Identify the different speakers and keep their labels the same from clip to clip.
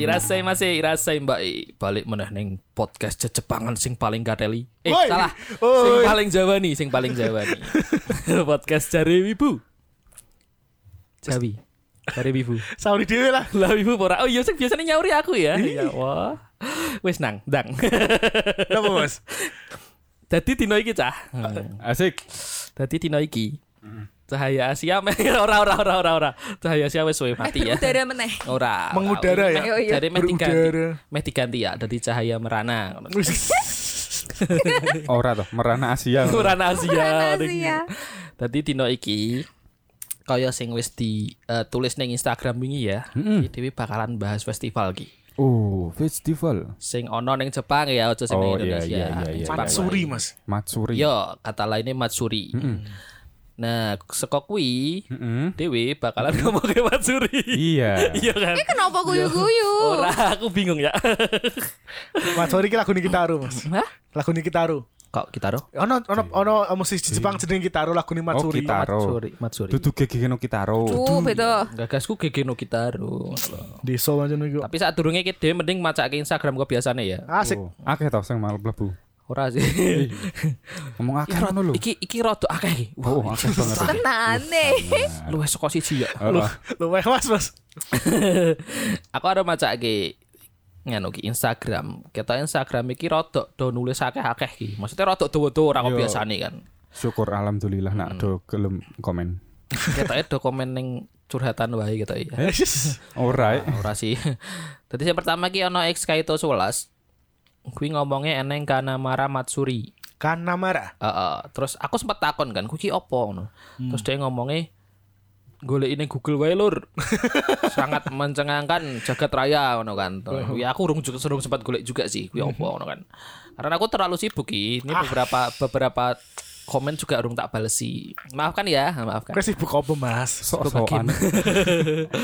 Speaker 1: Irasai masih irasai mbak I. Balik meneh neng podcast Jejepangan sing paling kateli Eh
Speaker 2: Woi.
Speaker 1: salah
Speaker 2: Woi.
Speaker 1: Sing paling Jawa nih Sing paling Jawa nih Podcast Jari Wibu Jawi Jari Wibu
Speaker 2: Sauri dhewe lah.
Speaker 1: Lah Wibu pora Oh iya sing biasanya nyauri aku ya Ya wah Wis nang Dang
Speaker 2: Napa, Mas?
Speaker 1: Dadi dino iki cah Hmm.
Speaker 3: Asik.
Speaker 1: Dadi dino iki
Speaker 2: Hmm.
Speaker 1: Cahaya Asia meh ora ora ora ora ora. Cahaya Asia wis suwe mati ya.
Speaker 4: Udara meneh.
Speaker 1: Ora.
Speaker 2: Mengudara ya?
Speaker 4: Ayo, iya.
Speaker 1: Dari meh diganti.
Speaker 2: Berudara.
Speaker 1: Meh diganti ya dari cahaya merana.
Speaker 3: Ora toh, merana Asia.
Speaker 1: Merana Asia.
Speaker 4: Asia.
Speaker 1: Dadi dino iki kaya sing wis di eh, tulis ning Instagram wingi ya. Iki Dewi bakalan bahas festival iki.
Speaker 3: Oh, festival.
Speaker 1: Sing ono ning Jepang ya, aja sing ning
Speaker 3: Oh, iya,
Speaker 1: Indonesia.
Speaker 3: iya, iya,
Speaker 1: Ning
Speaker 3: iya,
Speaker 1: Jepang
Speaker 2: Matsuri,
Speaker 1: wae.
Speaker 2: Mas.
Speaker 3: Matsuri.
Speaker 1: Yo, kata lainnya Matsuri. Nah, seko kuwi
Speaker 3: Mm-mm.
Speaker 1: Dewi bakalan ngomong ke Matsuri.
Speaker 3: Iya.
Speaker 1: Iya kan?
Speaker 4: Kenapa guyu-guyu?
Speaker 1: Ora, aku bingung ya.
Speaker 2: Mas Sauri iki lagu Nikitaro, Mas.
Speaker 1: Hah?
Speaker 2: Lagu Nikitaro.
Speaker 1: Kok Kitaro?
Speaker 2: Ono ono ono musisi Jepang jeneng Kitaro lagune
Speaker 3: Oh,
Speaker 2: Matsuri.
Speaker 3: Kitaro.
Speaker 1: Matsuri.
Speaker 3: Dudu gegeno Kitaro.
Speaker 4: Tuh, beda.
Speaker 1: Gagasku gegeno Kitaro.
Speaker 2: Desa macam iku.
Speaker 1: Tapi saat durungnya kita Dewi mending maca ke Instagram gue biasanya ya.
Speaker 2: Asik.
Speaker 3: Oh, Akeh toh sing malah mlebu.
Speaker 1: Ora sih.
Speaker 3: Ngomong akeh ngono lho.
Speaker 1: Iya, iki iki rada akeh iki.
Speaker 3: Oh,
Speaker 1: Wah,
Speaker 3: akeh banget.
Speaker 4: Tenane.
Speaker 1: luwes saka siji ya.
Speaker 3: Loh,
Speaker 2: Luweh Mas, Mas.
Speaker 1: Aku ada maca ke nganu ki Instagram. Kita Instagram iki rada do nulis akeh-akeh ki. Maksudnya rada dawa-dawa ora kok
Speaker 3: Yo.
Speaker 1: biasane kan.
Speaker 3: syukur alhamdulillah
Speaker 1: Hmm.
Speaker 3: nak do gelem komen.
Speaker 1: Kita do komen e ning curhatan wae kita ya.
Speaker 3: Ora. eh.
Speaker 1: Ora sih. Tadi yang pertama ki ono X Kaito 11. Kuwi ngomongnya eneng Kanamara Matsuri.
Speaker 2: Kanamara.
Speaker 1: Heeh. terus aku sempat takon kan, kuwi ki opo ngono.
Speaker 2: Hmm.
Speaker 1: Terus dia ngomongnya golek ini Google wae lur. Sangat mencengangkan jagat raya ngono kan. Ya aku urung juga urung sempat golek juga sih kuwi
Speaker 2: Hmm.
Speaker 1: opo ngono kan. Karena aku terlalu sibuk ki.
Speaker 2: Ah.
Speaker 1: Ini beberapa beberapa komen juga urung tak balesi. Maafkan ya, maafkan.
Speaker 2: Kok sibuk apa, Mas?
Speaker 3: Sok-sokan.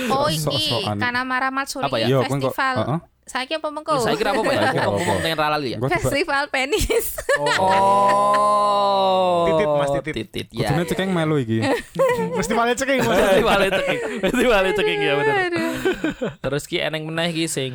Speaker 4: Oh iki
Speaker 3: Sok-sokan.
Speaker 4: Kanamara Matsuri
Speaker 1: Apa ya?
Speaker 3: Yo, kon kok- Heeh.
Speaker 4: festival. Saiki apa mengko?
Speaker 1: Saya kira apa ya?
Speaker 3: Saya kira
Speaker 1: Aku
Speaker 3: apa?
Speaker 1: ngomong pengen ralali ya.
Speaker 3: Gua coba
Speaker 4: Festival penis.
Speaker 1: Oh.
Speaker 2: Titit, Mas, titit.
Speaker 1: Titit. Ya.
Speaker 3: kudune cekeng melu iki.
Speaker 2: Mesti malah ceking, Mas.
Speaker 4: Iya.
Speaker 1: Festival ceking. Festival ceking ya bener. Terus ki eneng meneh ki sing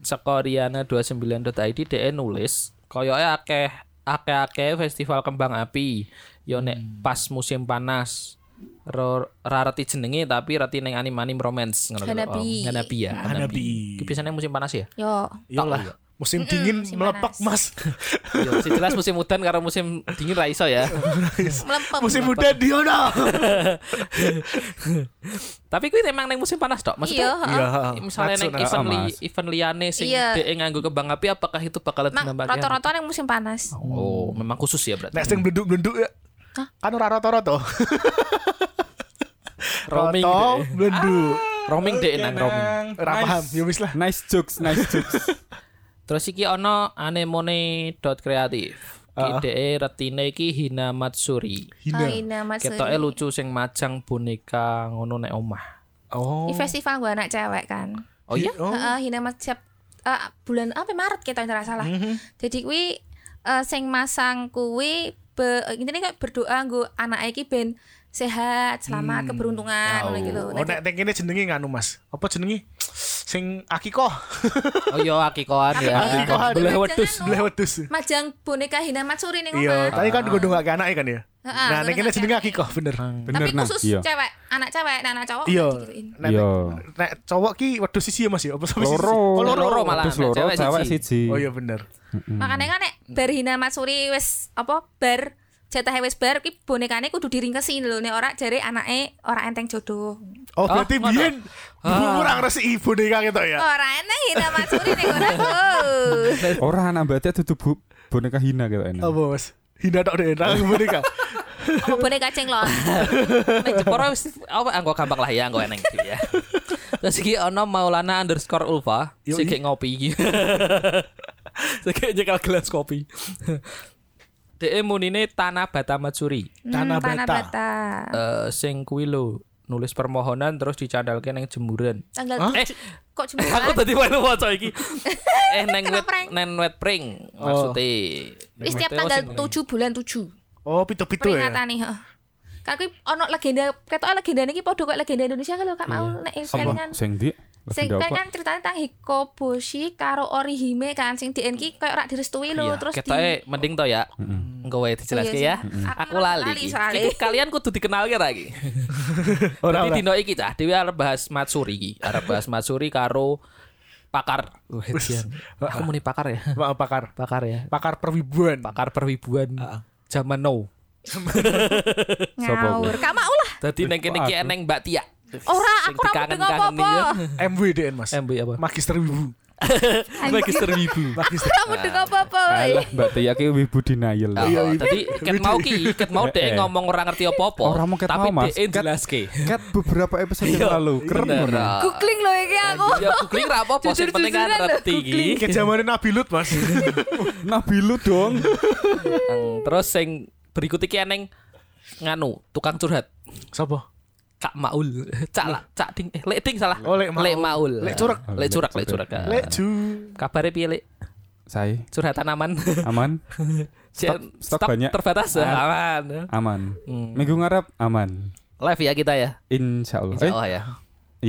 Speaker 1: saka riana29.id dhek nulis koyoke akeh akeh-akeh festival kembang api yo nek pas musim panas Ro- ra reti jenenge tapi reti ning anim-anim romance ngono lho.
Speaker 4: Hanabi.
Speaker 1: Oh, Hanabi ya.
Speaker 2: Hanabi.
Speaker 1: Ki biasanya musim panas ya?
Speaker 4: Yo.
Speaker 2: Iyalah. Iya Musim dingin
Speaker 4: musim
Speaker 2: melepak, Mas.
Speaker 1: Yo, sing jelas musim udan karo musim dingin ra iso ya.
Speaker 4: Melempem.
Speaker 2: Musim muda Diono.
Speaker 1: Tapi kuwi emang ning musim panas tok.
Speaker 4: Iya,
Speaker 1: Maksudnya
Speaker 4: heeh.
Speaker 1: misalnya ning
Speaker 2: Matsuna.
Speaker 1: event li,
Speaker 3: Mas.
Speaker 1: event liane sing
Speaker 4: Iya.
Speaker 1: dhek nganggo kembang api apakah itu bakalan
Speaker 4: Mak,
Speaker 1: menambah
Speaker 4: rata-rata yang musim panas.
Speaker 1: Oh, memang khusus ya berarti.
Speaker 2: Nek sing blenduk-blenduk ya. Kan ora roto-roto.
Speaker 1: Roaming
Speaker 2: Roto,
Speaker 1: gitu ya.
Speaker 2: blenduk.
Speaker 1: roaming dhek nang roaming.
Speaker 2: Ora paham, ya wis lah.
Speaker 3: Nice jokes, nice jokes.
Speaker 1: Terus iki ono anemone dot kreatif. Ki dhek retine iki Hina Matsuri.
Speaker 4: Oh,
Speaker 2: Hina.
Speaker 4: Ina Matsuri.
Speaker 1: Ketoke lucu sing majang boneka ngono nek omah.
Speaker 2: Oh.
Speaker 4: Di festival gua anak cewek kan.
Speaker 1: Oh iya.
Speaker 2: Oh.
Speaker 4: Heeh, Hina Mat siap eh, bulan apa Maret kita nggak salah.
Speaker 2: Mm-hmm.
Speaker 4: Jadi kuwi eh, sing masang kuwi be, intine kayak berdoa nggo anake iki ben sehat, selamat, keberuntungan ngono gitu.
Speaker 2: Hmm. Oh, nek nek kene jenenge nganu, Mas. Apa jenenge? Sing Akiko.
Speaker 1: Oh iya akikoan ya.
Speaker 2: Akikohan.
Speaker 1: Boleh
Speaker 4: Jangan,
Speaker 1: wedus.
Speaker 4: oh.
Speaker 2: Bleh wedus.
Speaker 4: Majang boneka Hina Matsuri ning
Speaker 2: Iya,
Speaker 4: omah.
Speaker 2: tadi kan godhongake anake kan ya.
Speaker 4: Heeh,
Speaker 2: Nah, nek kene
Speaker 4: godhongake
Speaker 2: jenenge
Speaker 4: anake.
Speaker 2: Akiko, bener.
Speaker 3: Bener
Speaker 4: Tapi
Speaker 3: nah.
Speaker 4: khusus
Speaker 3: Iya.
Speaker 4: cewek, anak cewek, nah, anak cowok
Speaker 2: Iya.
Speaker 4: nggak digituin.
Speaker 2: Nek
Speaker 3: Iya.
Speaker 2: nek cowok ki wedhus siji ya Mas ya. Apa sama siji?
Speaker 3: Loro.
Speaker 2: Oh, loro.
Speaker 1: Loro malah. nah,
Speaker 3: Terus loro
Speaker 1: Cewek
Speaker 3: cewek
Speaker 1: siji.
Speaker 3: siji.
Speaker 2: Oh iya bener. Hmm.
Speaker 4: Makanya kan nek bar Hina Matsuri wis apa bar jatah wis bar ki bonekane kudu diringkesi lho nek ora jare anake ora enteng jodoh.
Speaker 2: Oh, berarti
Speaker 1: ngono.
Speaker 2: biyen kurang resi ibu nih kang itu ya.
Speaker 4: Ora enteng Hina Matsuri ning ora oh.
Speaker 3: Ora anak mbate dudu bu- boneka hina gitu enak.
Speaker 2: Apa Mas? Hina tok deh, nang ibu nih kang.
Speaker 4: Apa boneka cengklon.
Speaker 1: Nek Jepara wis apa anggo gampang lah ya anggo eneng gitu ya. Terus iki ono Maulana underscore Ulfa
Speaker 2: Yoi.
Speaker 1: sikik ngopi iki. Sikik iya. nyekel gelas kopi. Dhe'e munine Tanah Bata Matsuri.
Speaker 2: Tanah
Speaker 4: Hmm, Tanah
Speaker 2: Bata.
Speaker 4: Bata.
Speaker 1: Eh, sing kuwi lho nulis permohonan terus dicandalke neng jemuran.
Speaker 4: Tanggal
Speaker 2: Hah?
Speaker 1: Eh,
Speaker 4: kok
Speaker 1: aku
Speaker 4: jemburan?
Speaker 1: tadi pengen maca iki. Eh neng wet
Speaker 4: Kenoprank.
Speaker 1: neng wet pring maksudnya.
Speaker 4: Wis
Speaker 1: Maksudnya,
Speaker 4: tiap tanggal
Speaker 1: oh, sing-
Speaker 4: 7 bulan 7.
Speaker 2: Oh, pitu-pitu ya.
Speaker 4: Peringatan nih, heeh. Kak kuwi ono legenda, ketoke legenda niki padha kok legenda Indonesia kalau Kak mau nek
Speaker 3: Apa?
Speaker 4: kelingan.
Speaker 3: Sing di?
Speaker 4: Kan Sing
Speaker 3: Legenda
Speaker 4: kan
Speaker 3: apa?
Speaker 4: kan ceritanya tentang Hikoboshi karo Orihime kan sing DN ki koyo ora direstui lho terus
Speaker 1: Iya,
Speaker 4: di
Speaker 1: ketoke mending to ya. Engko wae dijelaske ya.
Speaker 4: Iya sih. Mm-mm.
Speaker 1: Aku lali.
Speaker 4: Lali
Speaker 1: iki.
Speaker 4: soalnya.
Speaker 1: Iki kalian kudu dikenal ya lagi. Dadi
Speaker 2: Ora, ora.
Speaker 1: dino iki cah dhewe arep bahas Matsuri iki. Arep bahas Matsuri karo pakar. Wah, Jian. Aku muni pakar ya.
Speaker 2: Pak pakar.
Speaker 1: Pakar ya.
Speaker 2: Pakar perwibuan.
Speaker 1: Pakar perwibuan zaman now.
Speaker 4: ngawur. Kak mau lah.
Speaker 1: Dadi neng kene iki eneng Mbak Tia.
Speaker 4: Ora
Speaker 1: Sing
Speaker 4: aku ora mudeng
Speaker 1: dikangen-kangen ya.
Speaker 4: apa-apa.
Speaker 2: MWDN Mas.
Speaker 3: Eh,
Speaker 1: MB apa?
Speaker 2: Magister Wibu.
Speaker 1: Magister
Speaker 2: Iya,
Speaker 1: Wibu.
Speaker 4: Aku ora mudeng apa-apa.
Speaker 3: Alah, Mbak Tia ki wibu denial.
Speaker 1: Iya, tadi ket mau ki, ket mau dek ngomong orang ngerti apa-apa.
Speaker 3: Eh, Ora mau Ket
Speaker 1: tapi
Speaker 3: mau, Mas.
Speaker 1: dek jelaske.
Speaker 3: Kat beberapa episode yang lalu keren
Speaker 1: Iya, Bener.
Speaker 3: banget.
Speaker 4: Googling lho iki aku.
Speaker 1: Ya googling ra apa-apa, sing penting kan
Speaker 4: Jujur-jujuran lho,
Speaker 1: ngerti iki.
Speaker 4: googling.
Speaker 2: Kayak zamannya Nabi Lut Mas.
Speaker 3: Nabi lu dong.
Speaker 1: Eng, Terus sing berikut iki eneng nganu tukang curhat.
Speaker 2: Sopo?
Speaker 1: Kak Maul, Cak lah, Cak Ding, eh Lek Ding salah.
Speaker 2: Oh, Lek Maul.
Speaker 1: Maul.
Speaker 2: Lek Curek.
Speaker 1: Lek Curek, Lek Curek.
Speaker 2: Leju.
Speaker 1: Kabare piye Lek?
Speaker 3: Saya
Speaker 1: Curhatan aman.
Speaker 3: aman, Stok-
Speaker 1: Jen-
Speaker 3: stok banyak. Ah.
Speaker 1: terbatas ya, aman.
Speaker 3: aman.
Speaker 1: Hmm.
Speaker 3: Minggu ngarep aman.
Speaker 1: Live ya kita ya.
Speaker 3: Insya Allah.
Speaker 1: Insya Allah ya.
Speaker 3: Eh,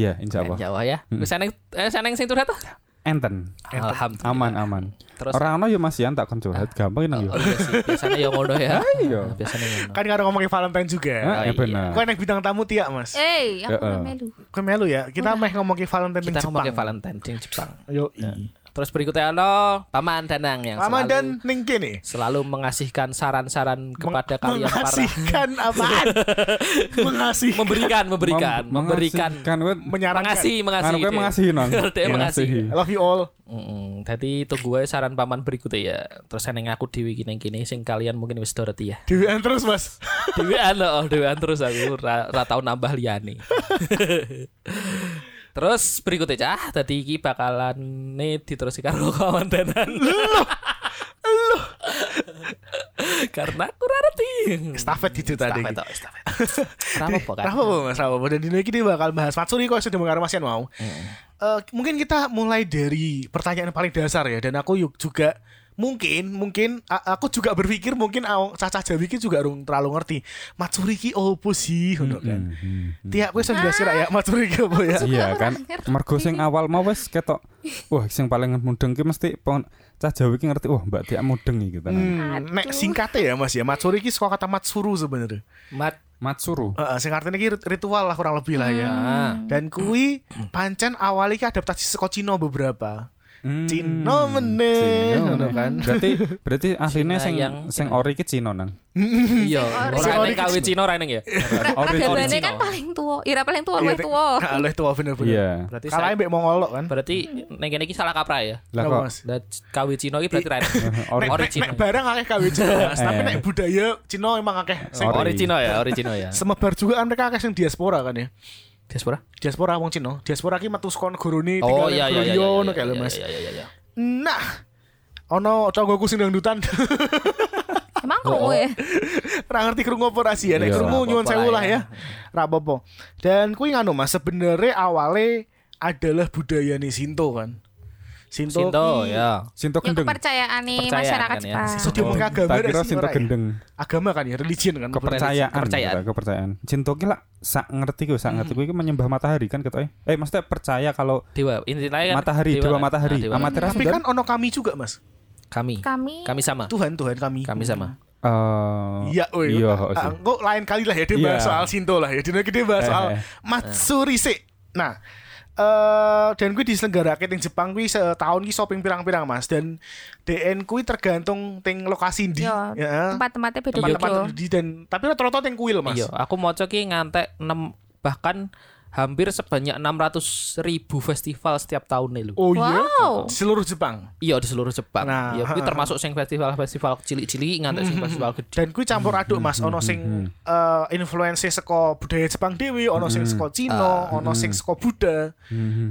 Speaker 3: iya, insya Allah. Hmm.
Speaker 1: Jawa ya. Wis eneng eh seneng sing curhat. ah?
Speaker 3: Enten.
Speaker 1: Alhamdulillah.
Speaker 3: Aman aman.
Speaker 1: Iya. Terus-
Speaker 3: Orang ono ya Mas Yan tak kon curhat gampang nang yo.
Speaker 1: Oh, iya sih. Biasanya ya ngono ya.
Speaker 3: Iya.
Speaker 1: Biasanya ngono.
Speaker 2: Kan karo ngomongin Valentine juga.
Speaker 1: Oh,
Speaker 3: Ah,
Speaker 1: iya.
Speaker 3: ya benar.
Speaker 2: Kau enak bintang tamu tiak Mas.
Speaker 4: Eh, aku
Speaker 3: Heeh.
Speaker 4: ora melu.
Speaker 2: Kau melu ya. Kita meh ngomongin
Speaker 1: Kita
Speaker 2: Valentine ning Jepang.
Speaker 1: ngomongin Ya. Valentine sing Jepang.
Speaker 2: Yo. iya.
Speaker 1: Terus berikutnya ono Paman Danang yang selalu
Speaker 2: Ramadan ning kene.
Speaker 1: selalu mengasihkan saran-saran kepada
Speaker 2: Meng-
Speaker 1: kalian para
Speaker 2: mengasihkan apaan? mengasihkan.
Speaker 1: memberikan memberikan
Speaker 3: Mem-
Speaker 1: memberikan
Speaker 3: mengasih- kan kowe
Speaker 2: Menyarankan.
Speaker 1: mengasihi
Speaker 3: kan
Speaker 1: mengasihi
Speaker 3: kowe
Speaker 1: Dek.
Speaker 3: mengasihi nang.
Speaker 1: Dek mengasihi.
Speaker 2: I love you all.
Speaker 1: Mm-mm. Jadi tunggu aja saran paman berikutnya ya. Terus yang aku dewi gini gini sing kalian mungkin wis doreti ya.
Speaker 2: Dewean terus Mas.
Speaker 1: Dewean loh, dewean terus aku ra, ra tau nambah liyane. terus berikutnya cah, tadi iki bakalan nih diterusi karo kawan tenan. Karena aku ra ngerti.
Speaker 2: Stafet itu tadi.
Speaker 1: Estafet, oh, estafet. Rapopo kan?
Speaker 2: Kenapa Bu, Mas Rapopo? Dan dino ini kita bakal bahas Matsuri kok sudah mengarah Mas Yan mau. Eh, mungkin kita mulai dari pertanyaan paling dasar ya dan aku yuk juga mungkin mungkin a- aku juga berpikir mungkin aw- cacah Jawi ki juga urung terlalu ngerti Matsuri ki opo sih ngono kan. Tiap kowe iso jelasin ra ya Matsuri ki opo ya.
Speaker 3: Iya kan, mergo sing awal mau wis ketok. Wah, sing paling mudeng ki mesti pon cah Jawa ki ngerti. Wah, Mbak Tia mudeng iki gitu kan. tenan.
Speaker 2: Hmm, nek singkatnya ya Mas ya Matsuri ki saka kata Matsuru sebenarnya.
Speaker 1: Mat
Speaker 3: Matsuru.
Speaker 2: Heeh, sing artinya ki rit- ritual lah kurang lebih lah ya. Dan kui pancen awalnya ki adaptasi saka Cina beberapa.
Speaker 3: Hmm.
Speaker 2: Cina meneh
Speaker 3: Cina
Speaker 2: ngono
Speaker 3: meneh.
Speaker 2: kan.
Speaker 3: Berarti berarti
Speaker 1: Cina
Speaker 3: aslinya sing
Speaker 1: yang-
Speaker 3: sing ori ki Cina nang.
Speaker 1: iya,
Speaker 2: Sing
Speaker 1: ora
Speaker 2: ori
Speaker 1: ning KW Cina ora ning ya.
Speaker 4: Pra-
Speaker 3: Ori-
Speaker 4: Pragabane
Speaker 1: original.
Speaker 4: kan paling tua. Ira paling tua,
Speaker 2: Iya,
Speaker 4: luwih
Speaker 2: Tek.
Speaker 4: tua.
Speaker 2: Nah, oleh tua bener-bener.
Speaker 3: Iya.
Speaker 1: Berarti
Speaker 2: Kalah
Speaker 1: saya,
Speaker 2: mbek Mongolok kan.
Speaker 1: berarti ning kene iki salah kaprah ya.
Speaker 3: Lah
Speaker 2: Kenapa,
Speaker 3: kok
Speaker 2: Mas?
Speaker 1: Lah KW Cina iki berarti ra enak.
Speaker 3: ori
Speaker 2: Nek, nek,
Speaker 1: Original.
Speaker 2: nek barang akeh KW Cina, Mas. tapi nek budaya Cina emang akeh. Sing
Speaker 3: Ori.
Speaker 1: Eh. Ori Cina ya, ori Cina ya.
Speaker 2: semebar juga kan mereka akeh sing diaspora kan ya.
Speaker 1: Diaspora?
Speaker 2: Diaspora wong Cina, diaspora ki metu saka negorone
Speaker 1: Oh
Speaker 2: tinggal
Speaker 1: iya iya iya. iya,
Speaker 2: negara liya,
Speaker 1: iya,
Speaker 2: ngono kae lho,
Speaker 1: iya,
Speaker 2: Mas.
Speaker 1: Iya iya iya.
Speaker 2: Nah, ono conggoku sing dangdutan.
Speaker 4: Emang ya? kowe.
Speaker 2: Ra ngerti krungu apa rahasia, nek
Speaker 3: Iya,
Speaker 2: krungu
Speaker 1: ra
Speaker 2: nyuwun
Speaker 1: apa-apa
Speaker 2: sewu
Speaker 1: lah
Speaker 2: lah ya. Ra apa-apa. Dan kuwi nganu Mas, sebenarnya awale adalah budayane Sinto kan. Sinto,
Speaker 1: Sinto
Speaker 2: ki-
Speaker 1: ya.
Speaker 3: Sinto
Speaker 4: Ya
Speaker 3: gendeng.
Speaker 4: kepercayaan nih
Speaker 1: Kepercayaan
Speaker 4: masyarakat
Speaker 1: kan ya.
Speaker 4: Jepang.
Speaker 2: So, dia mungkin agama
Speaker 3: Oh, Tak kira
Speaker 2: sih,
Speaker 3: Sinto
Speaker 2: ora ya?
Speaker 3: gendeng.
Speaker 2: Agama kan ya, religion kan.
Speaker 3: kepercayaan
Speaker 1: Kepercayaan.
Speaker 3: kepercayaan, kepercayaan. Cinta ki lah sak ngerti ku sak ngerti ku iki menyembah matahari kan ketoknya eh maksudnya percaya kalau
Speaker 1: Dewa intinya kan
Speaker 3: matahari dewa,
Speaker 1: kan?
Speaker 3: matahari
Speaker 1: Nah, dewa kan.
Speaker 3: amateras
Speaker 2: Tapi kan ono kami juga, Mas.
Speaker 1: kami
Speaker 4: Kami
Speaker 1: kami sama
Speaker 2: Tuhan Tuhan kami.
Speaker 1: kami sama
Speaker 2: Iya, woi.
Speaker 3: iya
Speaker 2: Ah,
Speaker 3: sih.
Speaker 2: engko lain kali lah ya dia
Speaker 3: Iya.
Speaker 2: bahas soal Sinto lah ya. Dino kita bahas
Speaker 3: Eh,
Speaker 2: soal
Speaker 3: eh.
Speaker 2: Matsuri sik. Nah, eh dan gue diselenggarake ning Jepang kuwi setahun ki shopping pirang-pirang Mas dan DN kuwi tergantung ting lokasi ndi.
Speaker 4: Yo,
Speaker 2: Ya.
Speaker 4: tempat-tempatnya beda
Speaker 2: Tempat-tempat
Speaker 4: beda.
Speaker 2: ndi dan tapi rata-rata ting kuil Mas.
Speaker 1: iya aku mau ki ngantek 6 bahkan hampir sebanyak 600 ribu festival setiap tahun nih lu
Speaker 2: Oh iya.
Speaker 4: Wow.
Speaker 2: Di Seluruh Jepang.
Speaker 1: iya di seluruh Jepang
Speaker 2: Nah,
Speaker 1: iya kuwi
Speaker 2: ha-ha.
Speaker 1: termasuk sing festival-festival cilik-cilik ngantek sing festival gede
Speaker 2: Dan gue campur
Speaker 3: Hmm,
Speaker 2: aduk mas, ono sing eh influence seko budaya Jepang dewi, ono
Speaker 3: Hmm,
Speaker 2: sing seko
Speaker 3: Ah,
Speaker 2: Cina, ono sing seko Buddha.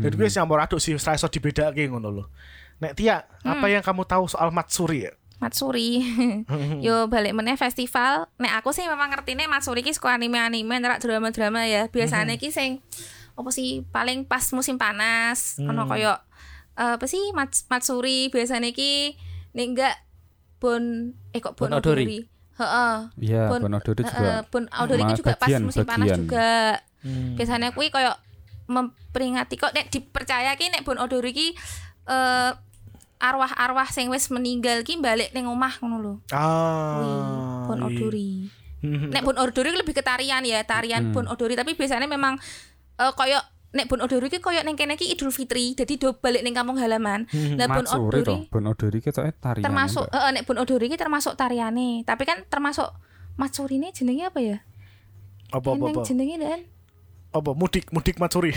Speaker 2: Dan gue campur aduk sih, saya iso dibedake ngono loh. Nek Tia, apa
Speaker 4: Hmm.
Speaker 2: yang kamu tahu soal Matsuri ya?
Speaker 4: Matsuri. Yo balik meneh festival. Nek aku sih memang ngertine Matsuri ki suka anime-anime nek drama-drama ya. Biasanya ki sing apa sih paling pas musim panas ono koyo eh, apa sih Mats- Matsuri biasanya ki nek enggak Bon eh kok
Speaker 1: Bonodori.
Speaker 4: Bonodori. Heeh.
Speaker 3: Iya,
Speaker 4: Pun-
Speaker 3: bon odori
Speaker 4: Heeh,
Speaker 3: juga.
Speaker 4: Pun outdoor ini
Speaker 3: ma-
Speaker 4: juga pas
Speaker 3: bagian-
Speaker 4: musim panas
Speaker 3: bagian.
Speaker 4: juga.
Speaker 3: Hmm.
Speaker 4: Biasanya kuwi koyo memperingati kok nek dipercaya ki nek bon odor iki eh, arwah-arwah sing wis meninggal ki balik ning omah ngono lho. Kuwi
Speaker 2: Ah.
Speaker 4: bon
Speaker 2: iya.
Speaker 4: odori.
Speaker 2: Mhm.
Speaker 4: Nek bon odori lebih ke tarian ya,
Speaker 3: Hmm.
Speaker 4: tarian bon odori tapi biasanya memang eh, koyo nek bon odori ki koyo ning kene ki Idul Fitri, jadi do balik ning kampung halaman.
Speaker 2: hmm,
Speaker 4: Nah bon
Speaker 3: Hmm, Matsuri toh,
Speaker 4: odori
Speaker 3: bon odori ketoke tarian.
Speaker 4: termasuk
Speaker 3: Mbak.
Speaker 4: eh nek bon odori ki termasuk tariane, tapi kan termasuk matsurine jenenge apa ya?
Speaker 2: Apa apa
Speaker 4: Ini
Speaker 2: apa.
Speaker 4: jenenge dan
Speaker 2: Apa mudik mudik Matsuri.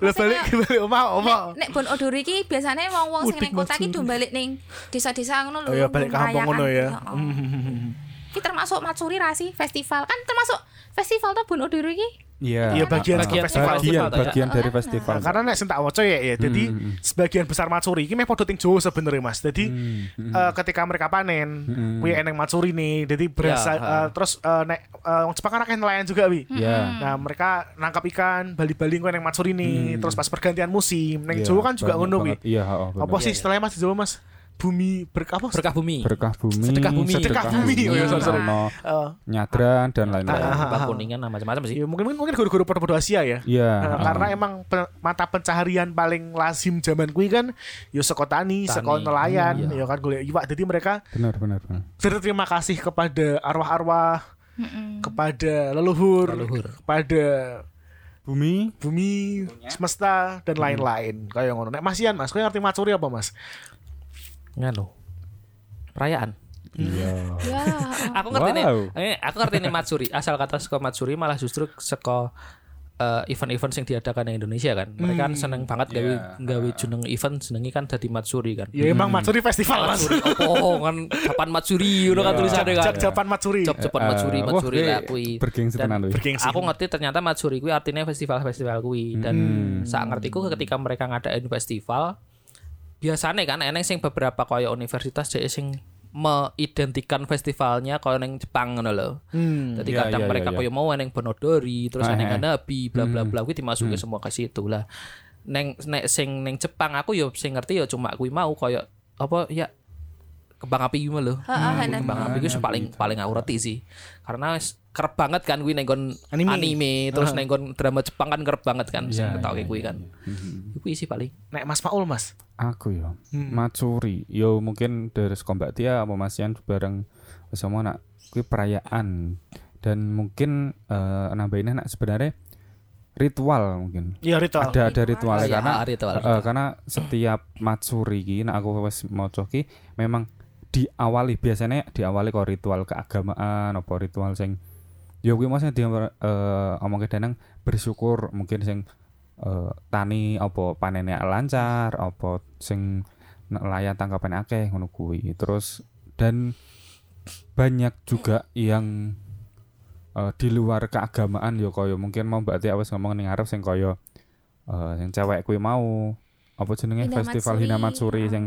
Speaker 2: Lah
Speaker 4: maksudnya
Speaker 2: balik balik omah omah.
Speaker 4: Nek, nek Bon Odori ki biasanya wong-wong sing
Speaker 2: Mudik
Speaker 4: ning kota
Speaker 2: Matsuri.
Speaker 4: ki do balik ning desa-desa ngono lho.
Speaker 2: Oh ya balik kampung
Speaker 4: merayakan.
Speaker 2: ngono ya.
Speaker 4: Heeh.
Speaker 2: Mhm.
Speaker 4: Ki termasuk Matsuri Rasi Festival kan termasuk festival to Bon Odori ki.
Speaker 3: Iya.
Speaker 2: Iya, bagian
Speaker 3: Ah,
Speaker 2: juga
Speaker 3: ah.
Speaker 2: festival.
Speaker 3: Bagian,
Speaker 1: Festival,
Speaker 3: bagian
Speaker 4: ya.
Speaker 3: dari
Speaker 4: Ah, ah.
Speaker 3: festival.
Speaker 2: Nah, karena nek sentak waca ya ya. Jadi
Speaker 3: Hmm.
Speaker 2: sebagian besar Matsuri ini meh padha ting Jawa sebenarnya Mas. Jadi
Speaker 3: Hmm, hmm.
Speaker 2: eh, ketika mereka panen,
Speaker 3: Hmm.
Speaker 2: kuwi eneng Matsuri nih. Jadi
Speaker 1: Ya,
Speaker 2: berasa
Speaker 1: ha.
Speaker 2: eh, terus eh, nek eh, wong Jepang kan akeh nelayan juga wi.
Speaker 3: Iya.
Speaker 2: Nah, mereka nangkap ikan, bali-bali kuwi neng Matsuri nih. Terus pas pergantian musim, neng
Speaker 3: Iya,
Speaker 2: Jawa kan juga
Speaker 3: banyak
Speaker 2: ngono kuwi.
Speaker 3: banget. Iya, heeh, bener.
Speaker 2: Apa sih istilahnya Mas di Jawa Mas? Bumi berkah apa?
Speaker 1: berkah bumi
Speaker 3: Berkah bumi,
Speaker 1: Sedekah bumi.
Speaker 2: Sedekah bumi. Oh, iya, sorry, sorry.
Speaker 3: ono
Speaker 2: Eh,
Speaker 3: nyadran dan lain-lain.
Speaker 2: Ah, ah, ah.
Speaker 1: Bang kuningan macam-macam sih
Speaker 2: ya mungkin mungkin guru-guru perpodo Asia ya.
Speaker 3: Iya.
Speaker 2: Nah,
Speaker 3: heeh.
Speaker 2: karena emang pe- mata pencaharian paling lazim zaman kui kan yo seko
Speaker 1: Tani.
Speaker 2: tani, seko nelayan,
Speaker 1: Hmm, iya.
Speaker 2: ya kan golek iwak. Jadi mereka
Speaker 3: benar benar benar.
Speaker 2: berterima kasih kepada arwah-arwah, kepada leluhur,
Speaker 1: Leluhur.
Speaker 2: kepada
Speaker 3: Bumi
Speaker 2: bumi, semesta dan lain-lain. Kayak ngono. Nek Masian, Mas, kowe ngerti macuri apa, Mas?
Speaker 1: nganu perayaan
Speaker 3: iya.
Speaker 2: Hmm.
Speaker 4: Ya.
Speaker 1: aku ngerti nih
Speaker 3: Wow.
Speaker 1: eh, aku ngerti nih Matsuri asal kata seko Matsuri malah justru seko eh, event-event yang diadakan di Indonesia kan mereka kan
Speaker 3: Hmm.
Speaker 1: seneng banget gawe gawe jeneng event jenengi kan dari Matsuri kan
Speaker 3: Iya.
Speaker 2: Ya emang Matsuri festival, Mas.
Speaker 1: Matsuri opo kan Japan Matsuri ngono kan tulisannya kan
Speaker 2: Jap Japan Matsuri.
Speaker 1: Jap Japan
Speaker 3: Iya. Eh,
Speaker 1: Matsuri
Speaker 3: wah,
Speaker 1: Matsuri
Speaker 3: ini
Speaker 1: lah kui
Speaker 3: bergengsi
Speaker 1: Dan
Speaker 3: tenan, wih.
Speaker 2: Bergengsi.
Speaker 1: aku ngerti ternyata Matsuri kui artinya festival-festival kui dan saat ngertiku ketika mereka ngadain festival biasanya kan eneng sing beberapa koyo universitas jadi sing meidentikan festivalnya koyo neng Jepang ngono lho. Jadi
Speaker 3: Iya,
Speaker 1: kadang
Speaker 3: iya,
Speaker 1: mereka
Speaker 3: iya, iya.
Speaker 1: koyo mau neng Bonodori, terus
Speaker 3: Ah,
Speaker 1: neng
Speaker 3: eh. Hmm.
Speaker 1: Hanabi, bla bla bla kuwi dimasuki semua ke situ lah. Neng nek sing neng Jepang aku yo sing ngerti yo cuma kuwi mau koyo apa ya kembang api gitu loh.
Speaker 4: Heeh, Hanan.
Speaker 1: Kembang api itu
Speaker 3: gitu.
Speaker 1: paling paling aku ngerti sih. Karena wis kerep banget kan kuwi nenggon
Speaker 2: Anime.
Speaker 1: anime, terus nenggon drama Jepang kan kerep banget kan.
Speaker 3: Iya,
Speaker 1: Saya
Speaker 3: iya,
Speaker 1: ketahui kuwi
Speaker 3: iya,
Speaker 1: kan. Kuwi sih paling.
Speaker 2: Nek Mas Maul, Mas.
Speaker 3: Aku ya, Matsuri. Yo mungkin dari sekombak dia sama Mas Ian bareng sama nak kui perayaan dan mungkin eh, nambahin nak sebenarnya ritual mungkin.
Speaker 2: Ya ritual.
Speaker 3: Ada ada ritualnya
Speaker 1: Ya,
Speaker 3: karena
Speaker 1: ritual.
Speaker 3: eh, eh, karena setiap Matsuri ki nak aku wis maca ki memang diawali biasanya diawali kok ritual keagamaan apa ritual sing ya kuwi maksudnya dia eh, omongke danang bersyukur mungkin sing eh, tani apa panennya lancar apa sing nelayan tangkapan akeh ngono kuwi terus dan banyak juga yang eh, di luar keagamaan ya kaya mungkin mau Mbak Tia wis ngomong ning arep sing kaya eh, yang cewek kuwi mau apa jenenge festival Hinamatsuri sing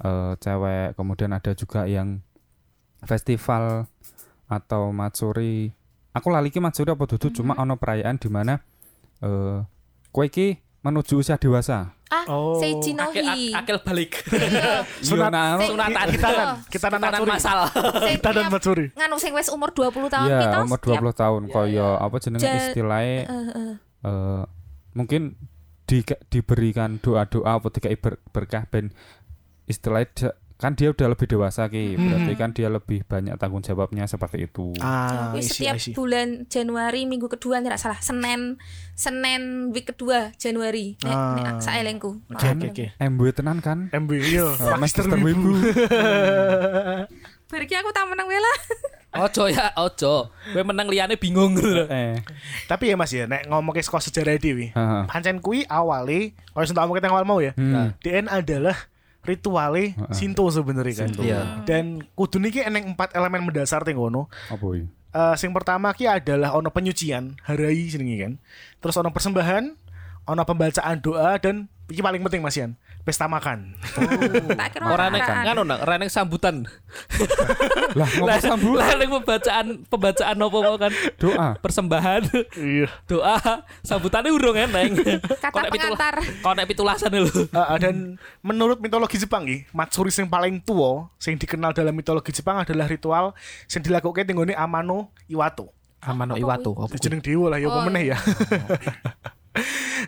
Speaker 3: eh, cewek kemudian ada juga yang festival atau matsuri aku lali ki matsuri apa dudu cuma ono perayaan di mana eh kowe iki menuju usia dewasa
Speaker 4: Ah,
Speaker 2: Oh.
Speaker 4: Seiji no
Speaker 1: Akil,
Speaker 4: Hi.
Speaker 1: akil balik.
Speaker 3: Sunat
Speaker 1: Sunatan.
Speaker 2: Kitanan, kitanan
Speaker 1: Sunatan
Speaker 2: Matsuri.
Speaker 1: masal.
Speaker 4: Sing-
Speaker 2: Kitanan Matsuri.
Speaker 4: Nganu sing wis umur 20 tahun
Speaker 3: iya
Speaker 4: kita
Speaker 3: umur
Speaker 4: setiap- Iya,
Speaker 3: 20 tahun koyo apa jenenge
Speaker 4: Ja-
Speaker 3: istilahnya
Speaker 4: Heeh, heeh.
Speaker 3: eh, mungkin di, diberikan doa-doa atau dikai ber- berkah ben istilahnya de- kan dia udah lebih dewasa ki berarti kan dia lebih banyak tanggung jawabnya seperti itu
Speaker 2: Ah,
Speaker 4: Iya, Wis
Speaker 2: isi,
Speaker 4: setiap
Speaker 2: isi.
Speaker 4: bulan Januari minggu kedua tidak salah Senin Senin week kedua Januari nek
Speaker 2: Ah.
Speaker 4: nek saelengku
Speaker 2: Oke, oke, oke. Ah,
Speaker 3: MW tenan kan
Speaker 2: MB, yo.
Speaker 3: Eh, Magister Wibu.
Speaker 4: Berarti aku tak menang wela
Speaker 1: Ojo ya, ojo. Kowe menang liyane bingung gitu. loh.
Speaker 3: eh
Speaker 2: Tapi ya Mas ya, nek ngomong ke sekolah sejarah dewi,
Speaker 3: Heeh.
Speaker 2: pancen kui awali, kalau sudah ngomong kita yang awal mau ya,
Speaker 3: Ah. Hmm.
Speaker 2: DN adalah rituale Sinto sebenarnya kan.
Speaker 1: Shinto. Iya.
Speaker 2: Dan kudu niki eneng empat elemen mendasar teng ngono.
Speaker 3: apa iki?
Speaker 2: Eh, sing pertama ki adalah ono penyucian, harai jenenge kan. Terus ono persembahan, ono pembacaan doa dan Iki paling penting Mas Yan. Pesta makan.
Speaker 4: Oh, Tak kira
Speaker 1: Orang nek kan,
Speaker 4: masakan.
Speaker 1: nganu nang, reneng sambutan.
Speaker 3: Lah ngomong sambut
Speaker 1: Lah nek pembacaan pembacaan opo mau kan
Speaker 3: doa.
Speaker 1: persembahan,
Speaker 2: Iya.
Speaker 1: doa, sambutane urung eneng.
Speaker 4: Kata
Speaker 1: Kok nek pitul-
Speaker 4: pengantar.
Speaker 1: Kok nek pitulasan lho.
Speaker 2: Ah, dan menurut mitologi Jepang iki, matsuri sing paling tua sing dikenal dalam mitologi Jepang adalah ritual sing dilakukan tenggone Amano Iwato.
Speaker 1: Amano
Speaker 4: Apa
Speaker 1: Iwato.
Speaker 4: kuwi?
Speaker 1: Apa kuwi?
Speaker 2: jeneng dewa lah ya apa
Speaker 4: Oh,
Speaker 2: meneh ya.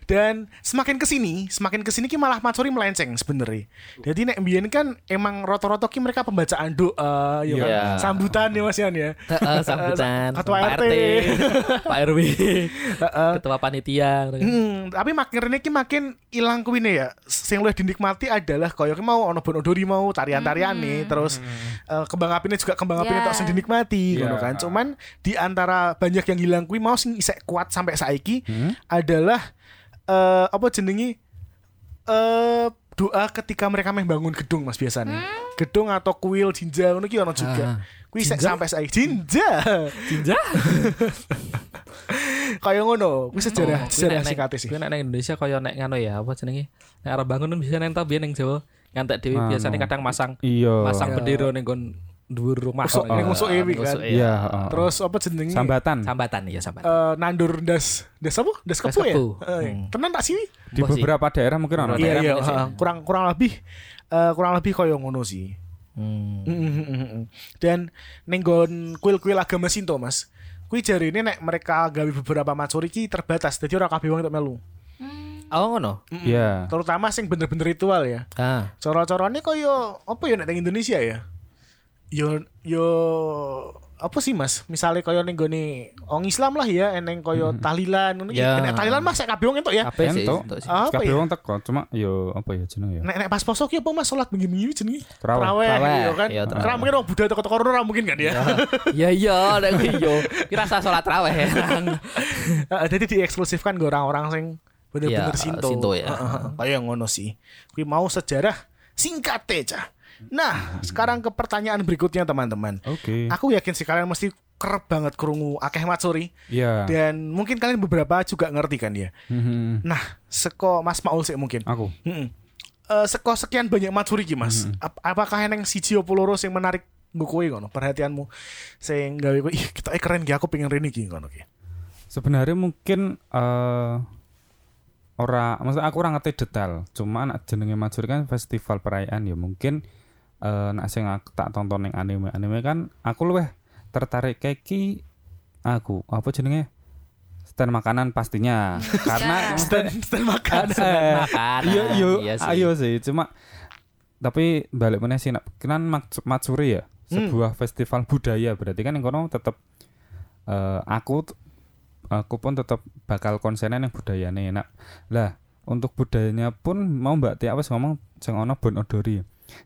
Speaker 2: Dan semakin kesini, semakin kesini ki malah Matsuri melenceng sebenarnya. Jadi nek mbiyen kan emang roto-roto ki mereka pembacaan doa, ya kan?
Speaker 1: Iya.
Speaker 2: sambutan ya Mas Yan ya.
Speaker 1: Heeh, sambutan.
Speaker 2: Ketua RT.
Speaker 1: Pak RW. Ketua panitia. kan.
Speaker 2: Hmm, tapi makin rene ki makin ilang kuine ya. Sing luwih dinikmati adalah koyo ki mau ono bonodori mau tarian-tariane, terus eh, kembang apine juga kembang apine
Speaker 4: Ya.
Speaker 2: tok sing dinikmati
Speaker 3: Ya.
Speaker 2: ngono kan. Cuman di antara banyak yang hilang kuwi mau sing isek kuat sampai saiki adalah eh apa jenengi eh doa ketika mereka membangun gedung Mas biasanya. Gedung atau kuil jinja ngono ki ono juga. Kuwi isek sampai saiki jinja.
Speaker 1: Jinja.
Speaker 2: Kayak ngono, kuwi sejarah
Speaker 1: Kuwi
Speaker 2: sejarah
Speaker 1: nek- nek-
Speaker 2: singkatnya sih.
Speaker 1: kuwi nek nang Indonesia kaya nek ngono ya, apa jenenge? Nek arep bangun kan bisa nang tapi nang Jawa. Ngantek dhewe
Speaker 3: Anu.
Speaker 1: biasanya kadang masang
Speaker 3: Iya.
Speaker 1: masang bendera ning kon dhuwur rumah.
Speaker 2: Usuk-
Speaker 1: ngono
Speaker 2: ning
Speaker 1: ya.
Speaker 2: usuk ewi kan.
Speaker 1: Usuk,
Speaker 3: Iya,
Speaker 1: iya.
Speaker 3: heeh.
Speaker 2: Terus apa jenengi?
Speaker 3: sambatan.
Speaker 1: Sambatan ya
Speaker 3: Iya.
Speaker 1: sambatan.
Speaker 2: eh, nandur das das apa? Das
Speaker 1: Das
Speaker 2: kepo ya?
Speaker 1: kepo.
Speaker 2: Eh,
Speaker 1: Hmm.
Speaker 2: Tenan tak sini?
Speaker 3: Di
Speaker 1: Mbah sih.
Speaker 3: beberapa daerah mungkin ono.
Speaker 1: Iya.
Speaker 3: Dek.
Speaker 1: daerah punya sih.
Speaker 2: ha, kurang kurang lebih eh, kurang lebih koyo ngono sih.
Speaker 1: Hmm.
Speaker 2: Dan nenggon kuil-kuil agama Sinto, Mas. Kuwi jari ini nek mereka gawe beberapa matsuri ki terbatas, jadi orang kabeh wong entuk melu.
Speaker 1: Oh ngono.
Speaker 3: Iya.
Speaker 2: Terutama sing bener-bener ritual ya.
Speaker 1: Ah.
Speaker 2: Cara-carane koyo apa ya nek teng Indonesia ya? Yo yo apa sih Mas? Misalnya koyo ning gone wong Islam lah ya, eneng koyo tahlilan ngono ki.
Speaker 1: Ya.
Speaker 2: Nek tahlilan Mas sak kabeh wong entuk ya.
Speaker 1: Apa sih?
Speaker 3: Entuk.
Speaker 1: entuk sih.
Speaker 2: Apa
Speaker 3: Kabeh
Speaker 2: ya?
Speaker 3: wong teko, cuma yo apa ya jeneng ya.
Speaker 2: Nek nek pas poso ki apa Mas salat bengi-bengi jenenge?
Speaker 3: Terawih.
Speaker 1: Terawih,
Speaker 2: ya kan.
Speaker 1: iya, terawih.
Speaker 2: Karena mungkin orang Buddha teko-teko kono ora mungkin kan ya.
Speaker 1: Ya iya nek kuwi yo. Ki rasa salat raweh.
Speaker 2: Heeh, Jadi Ah, dieksklusifkan gue orang-orang sing bener-bener
Speaker 1: Iya,
Speaker 2: Sinto. Ah,
Speaker 1: Sinto ya.
Speaker 2: Heeh, Kayak yang ngono sih. Kuwi mau sejarah singkat aja. Nah, sekarang ke pertanyaan berikutnya teman-teman.
Speaker 3: Oke.
Speaker 2: Aku yakin sih kalian mesti kerep banget kerungu akeh matsuri
Speaker 3: Iya.
Speaker 2: dan mungkin kalian beberapa juga ngerti kan ya.
Speaker 3: Mhm.
Speaker 2: Nah, seko Mas Maul sih mungkin.
Speaker 3: Aku.
Speaker 2: Heeh. Eh, seko sekian banyak matsuri ki Mas. Ap- apakah eneng siji opo loro sing menarik nggo kowe ngono perhatianmu sing gawe kowe ih kita keren ki aku pengen rene ki ngono ki.
Speaker 3: Sebenarnya mungkin eh ora, maksud aku ora ngerti detail. Cuma nek jenenge Matsuri kan festival perayaan ya mungkin eh nek sing aku tak tonton ning anime-anime kan aku luweh tertarik keki aku apa jenenge stand makanan pastinya karena
Speaker 2: Stand stand makan.
Speaker 3: Eh,
Speaker 1: Makanan.
Speaker 3: Iya, iya,
Speaker 1: Iya sih.
Speaker 3: ayo sih. Cuma tapi balik meneh sih, nak- kan Mak- Matsuri ya,
Speaker 1: Hmm.
Speaker 3: sebuah festival budaya berarti kan yang kono tetap eh, aku t- aku pun tetap bakal konsennya yang budayane enak. Lah, untuk budayanya pun mau Mbak Tia wis ngomong sing ono Bon Odori.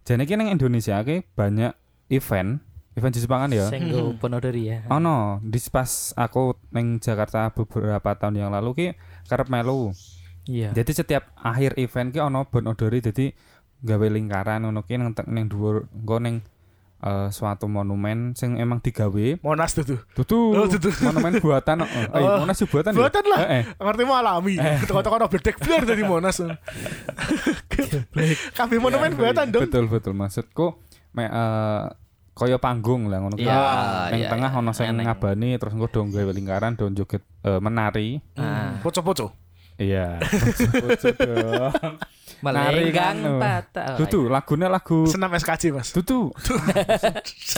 Speaker 3: Jane iki nang Indonesia ke banyak event, event di Jepangan ya.
Speaker 1: Sing go penodori ya.
Speaker 3: Oh no, di pas aku neng Jakarta beberapa tahun yang lalu ki karep melu.
Speaker 1: Iya.
Speaker 3: Jadi setiap akhir event ki ono bon odori jadi gawe lingkaran ngono ki nang teng- ning dhuwur engko ning eh, suatu monumen sing emang digawe
Speaker 2: Monas tuh tuh.
Speaker 3: dudu
Speaker 2: Oh, dudu.
Speaker 3: monumen buatan oh, eh,
Speaker 2: Oh,
Speaker 3: monas yo buatan ya?
Speaker 2: buatan lah.
Speaker 3: Eh, eh.
Speaker 2: Ngerti mau alami. Toko-toko no bedek blar dari Monas. Kabeh monumen buatan dong.
Speaker 3: Iya, betul betul maksudku me, eh, kaya panggung lah ngono ki.
Speaker 1: Iya,
Speaker 3: Ning
Speaker 1: iya,
Speaker 3: Ah, tengah
Speaker 1: iya.
Speaker 3: ono sing
Speaker 1: Neng-
Speaker 3: ngabani terus engko dong gawe lingkaran dong joget eh, menari
Speaker 1: Ah.
Speaker 2: Hmm, Poco-poco.
Speaker 3: iya Bocor-bocor dong. Nari kan,
Speaker 1: Melenggang
Speaker 3: oh.
Speaker 1: patah.
Speaker 3: dudu lagunya lagu
Speaker 2: Senam SKJ, Mas.
Speaker 3: dudu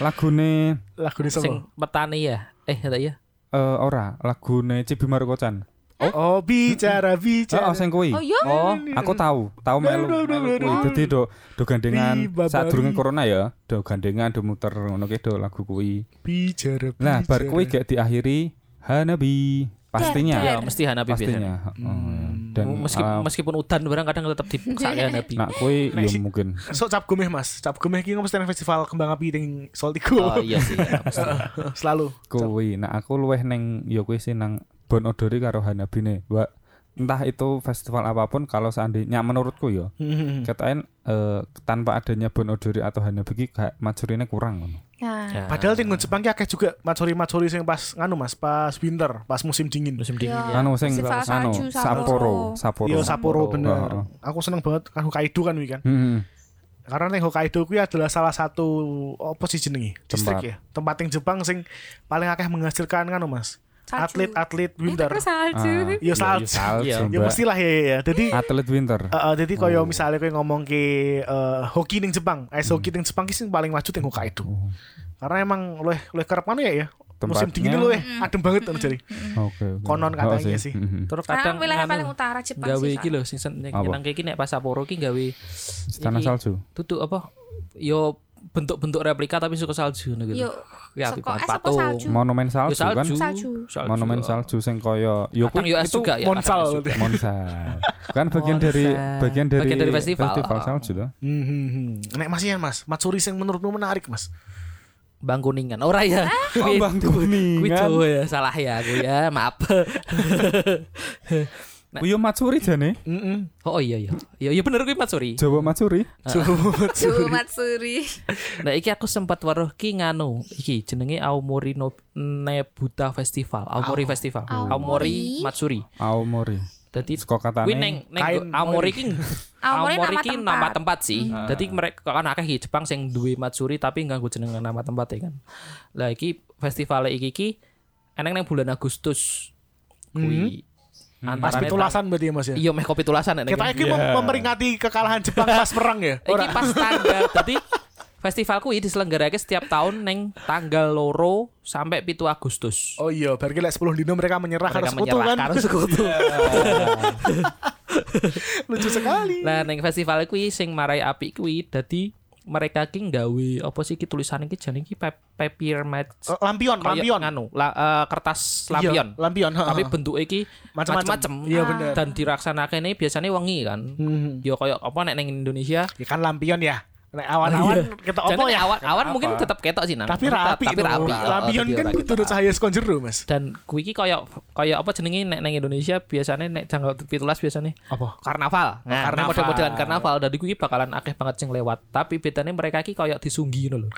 Speaker 3: lagune
Speaker 2: Lagu di
Speaker 1: sing
Speaker 2: sapa?
Speaker 1: petani ya. Eh enggak ya.
Speaker 3: Eh ora, lagune Cibi Marukocan.
Speaker 2: Oh, bicara
Speaker 3: Oh,
Speaker 2: bicara.
Speaker 3: sing kuwi.
Speaker 4: Oh iya?
Speaker 3: Oh, aku tahu, tahu melu. melu kuwi. Dadi do do gandengan
Speaker 2: Di babari.
Speaker 3: sadurunge corona ya, do gandengan do muter ngono ki do lagu kuwi.
Speaker 2: Bicara.
Speaker 3: Nah, bar
Speaker 2: bicara.
Speaker 3: kuwi gak diakhiri Hanabi
Speaker 1: Ya
Speaker 3: pastinya.
Speaker 1: mesti Hanabi biasanya.
Speaker 3: Pastinya.
Speaker 4: Hmm.
Speaker 3: heeh. Dan ah,
Speaker 4: Oh,
Speaker 3: eh,
Speaker 1: Meskipun meskipun udan barang kadang tetap dipaksakan Hanabi.
Speaker 3: nak kuwi
Speaker 2: Nek
Speaker 3: ya
Speaker 2: si-
Speaker 3: mungkin.
Speaker 2: Sok cap gomeh, Mas. Cap gomeh ki ngomong stand festival kembang api ting
Speaker 1: Oh
Speaker 2: Sol Tigo.
Speaker 1: iya sih. ya, mesti.
Speaker 2: Selalu.
Speaker 3: Kuwi, nah aku luweh neng ya kuwi sih nang Bon Odori karo Hanabine. Mbak entah itu festival apapun kalau seandainya menurutku ya
Speaker 1: Hmm.
Speaker 3: katain eh, tanpa adanya Bonodori atau Hanebiki kayak majurinnya kurang ngono.
Speaker 4: Nah,
Speaker 1: Ya.
Speaker 2: Padahal tinggal Jepang ki akeh juga matsuri-matsuri sing pas nganu Mas, pas winter, pas musim dingin.
Speaker 1: musim dingin
Speaker 4: Ya.
Speaker 1: ya.
Speaker 3: anu sing
Speaker 4: Festival
Speaker 3: anu
Speaker 4: salju,
Speaker 3: Sapporo, Sapporo.
Speaker 2: Iya Sapporo
Speaker 1: Sapporo.
Speaker 3: Oh,
Speaker 2: bener.
Speaker 3: oh.
Speaker 2: Aku seneng banget kan Hokkaido kan wi kan.
Speaker 3: Hmm,
Speaker 2: Karena nih Hokkaido kuwi adalah salah satu apa sih jenenge?
Speaker 3: Tempat.
Speaker 2: Distrik ya. Tempat yang Jepang sing paling akeh menghasilkan kan Mas.
Speaker 4: Salju.
Speaker 2: Atlet-atlet
Speaker 4: itu
Speaker 2: winter.
Speaker 4: terus salju.
Speaker 3: ah.
Speaker 2: Iya, salju.
Speaker 1: Iya.
Speaker 3: salju,
Speaker 2: Ya
Speaker 3: Mbak.
Speaker 2: mestilah ya ya. ya. Jadi
Speaker 3: atlet winter.
Speaker 2: eh, eh, jadi koyo misalnya koyo ngomong ke eh, hoki ning Jepang, ice hoki ning Jepang ki sing paling maju ning Hokkaido. Karena emang oleh oleh kerep mana ya ya. Musim
Speaker 3: Tempatnya.
Speaker 2: dingin loh eh,
Speaker 4: Hmm.
Speaker 2: adem banget kan jadi.
Speaker 3: Oke. oke.
Speaker 2: Konon
Speaker 3: Oh,
Speaker 2: katanya
Speaker 3: sih.
Speaker 2: sih.
Speaker 3: Mhm.
Speaker 1: Terus
Speaker 4: Karena
Speaker 1: kadang
Speaker 4: wilayah paling
Speaker 1: nganu,
Speaker 4: utara Jepang
Speaker 1: gawe
Speaker 4: sih.
Speaker 1: iki
Speaker 4: Kak.
Speaker 1: lho sing sen-
Speaker 3: Apa?
Speaker 1: nang iki nek pas Sapporo iki gawe iki
Speaker 3: Tanah salju.
Speaker 1: Tutup apa? Yo bentuk-bentuk replika tapi suka salju ngono gitu.
Speaker 4: Yo,
Speaker 1: Ya,
Speaker 4: saka-
Speaker 1: tipe
Speaker 4: eh, saka
Speaker 1: patung.
Speaker 4: salju.
Speaker 3: Monumen
Speaker 1: Yo,
Speaker 3: salju kan.
Speaker 1: salju.
Speaker 4: Salju.
Speaker 3: Monumen salju sing koyo yo
Speaker 1: Kadang
Speaker 3: kuwi
Speaker 1: US
Speaker 3: itu
Speaker 1: juga ya.
Speaker 2: Monsal.
Speaker 1: kadang US juga.
Speaker 3: Monza. Kan bagian dari
Speaker 1: Monza.
Speaker 3: bagian dari
Speaker 1: Bagian dari festival.
Speaker 3: salju toh.
Speaker 2: Hmm, hmm, hmm. Nek masih ya mas, Matsuri yang menurutmu menarik mas.
Speaker 1: Bang Kuningan. Ora ya.
Speaker 3: Oh, Bang Kuningan.
Speaker 1: Kuwi
Speaker 2: Kan?
Speaker 1: Jawa ya, salah ya aku ya. Maaf.
Speaker 3: Yo Matsuri jane.
Speaker 2: Mm
Speaker 1: Oh iya iya. Iya iya bener kuwi Matsuri.
Speaker 3: Jawa Matsuri.
Speaker 4: Matsuri.
Speaker 1: Nah iki aku sempat waruh ki nganu iki jenenge Aomori no Nebuta Festival, Aomori Festival,
Speaker 4: Aomori.
Speaker 1: Aomori Matsuri.
Speaker 3: Aomori.
Speaker 1: Dadi
Speaker 3: Saka katane.
Speaker 1: kuwi neng
Speaker 2: Kain
Speaker 1: neng Aomori ki Aomori
Speaker 4: Aomori nama
Speaker 1: ki
Speaker 4: tempat.
Speaker 1: nama tempat sih.
Speaker 2: Hmm.
Speaker 1: Dadi mereka kan akeh ki Jepang sing duwe Matsuri tapi nganggo jeneng nama tempat kan. Lah iki festival iki ki eneng neng bulan Agustus. Kuwi
Speaker 3: Hmm.
Speaker 1: antarane
Speaker 2: Pas
Speaker 1: tang-
Speaker 2: pitulasan berarti ya mas ya.
Speaker 1: Iya meh kopi tulasan nek neng
Speaker 2: Hmm. Kita ini mem- memperingati kekalahan Jepang pas perang ya.
Speaker 1: Iki pas tanggal Jadi festival kuwi diselenggarake setiap tahun neng tanggal loro sampai pitu Agustus.
Speaker 2: Oh iya, berarti lek 10 dino mereka menyerah
Speaker 1: Mereka
Speaker 2: harus sekutu
Speaker 1: menyerah
Speaker 2: kan. Iya.
Speaker 1: karo sekutu.
Speaker 2: Lucu sekali.
Speaker 1: Nah, neng festival kuwi sing marai api kuwi dadi mereka ki nggawe apa sih iki tulisan iki jenenge iki pep- peppermint.
Speaker 2: Eh, Lampion,
Speaker 1: Kayak
Speaker 2: lampion.
Speaker 1: nganu, la- eh, kertas Iya, lampion.
Speaker 2: Iya, lampion. ha, ha.
Speaker 1: Tapi bentuk iki
Speaker 2: Macem-macem.
Speaker 1: macam-macam.
Speaker 2: Iya, bener.
Speaker 1: Dan dilaksanakan ini biasanya wangi kan.
Speaker 2: Hmm.
Speaker 1: Yo kayak apa nek neng Indonesia
Speaker 2: Ya kan lampion ya. Nek awan-awan kita
Speaker 1: Jadi Iya.
Speaker 2: opo
Speaker 1: nek
Speaker 2: ya.
Speaker 1: awan, awan mungkin tetap ketok sih nang.
Speaker 2: Tapi rapi.
Speaker 1: Tapi
Speaker 2: tuh.
Speaker 1: rapi. Oh,
Speaker 2: Lampion
Speaker 1: tapi
Speaker 2: kan
Speaker 1: rapi.
Speaker 2: kudu cahaya sekon jero mas.
Speaker 1: dan kuwi iki kaya kaya apa jenenge nek nang Indonesia biasanya nek tanggal 17 biasanya
Speaker 2: Apa?
Speaker 1: karnaval. Nah,
Speaker 2: karnaval.
Speaker 1: karena model-modelan karnaval dari kuwi bakalan akeh banget sing lewat. Tapi bedane mereka iki kaya disunggi ngono lho.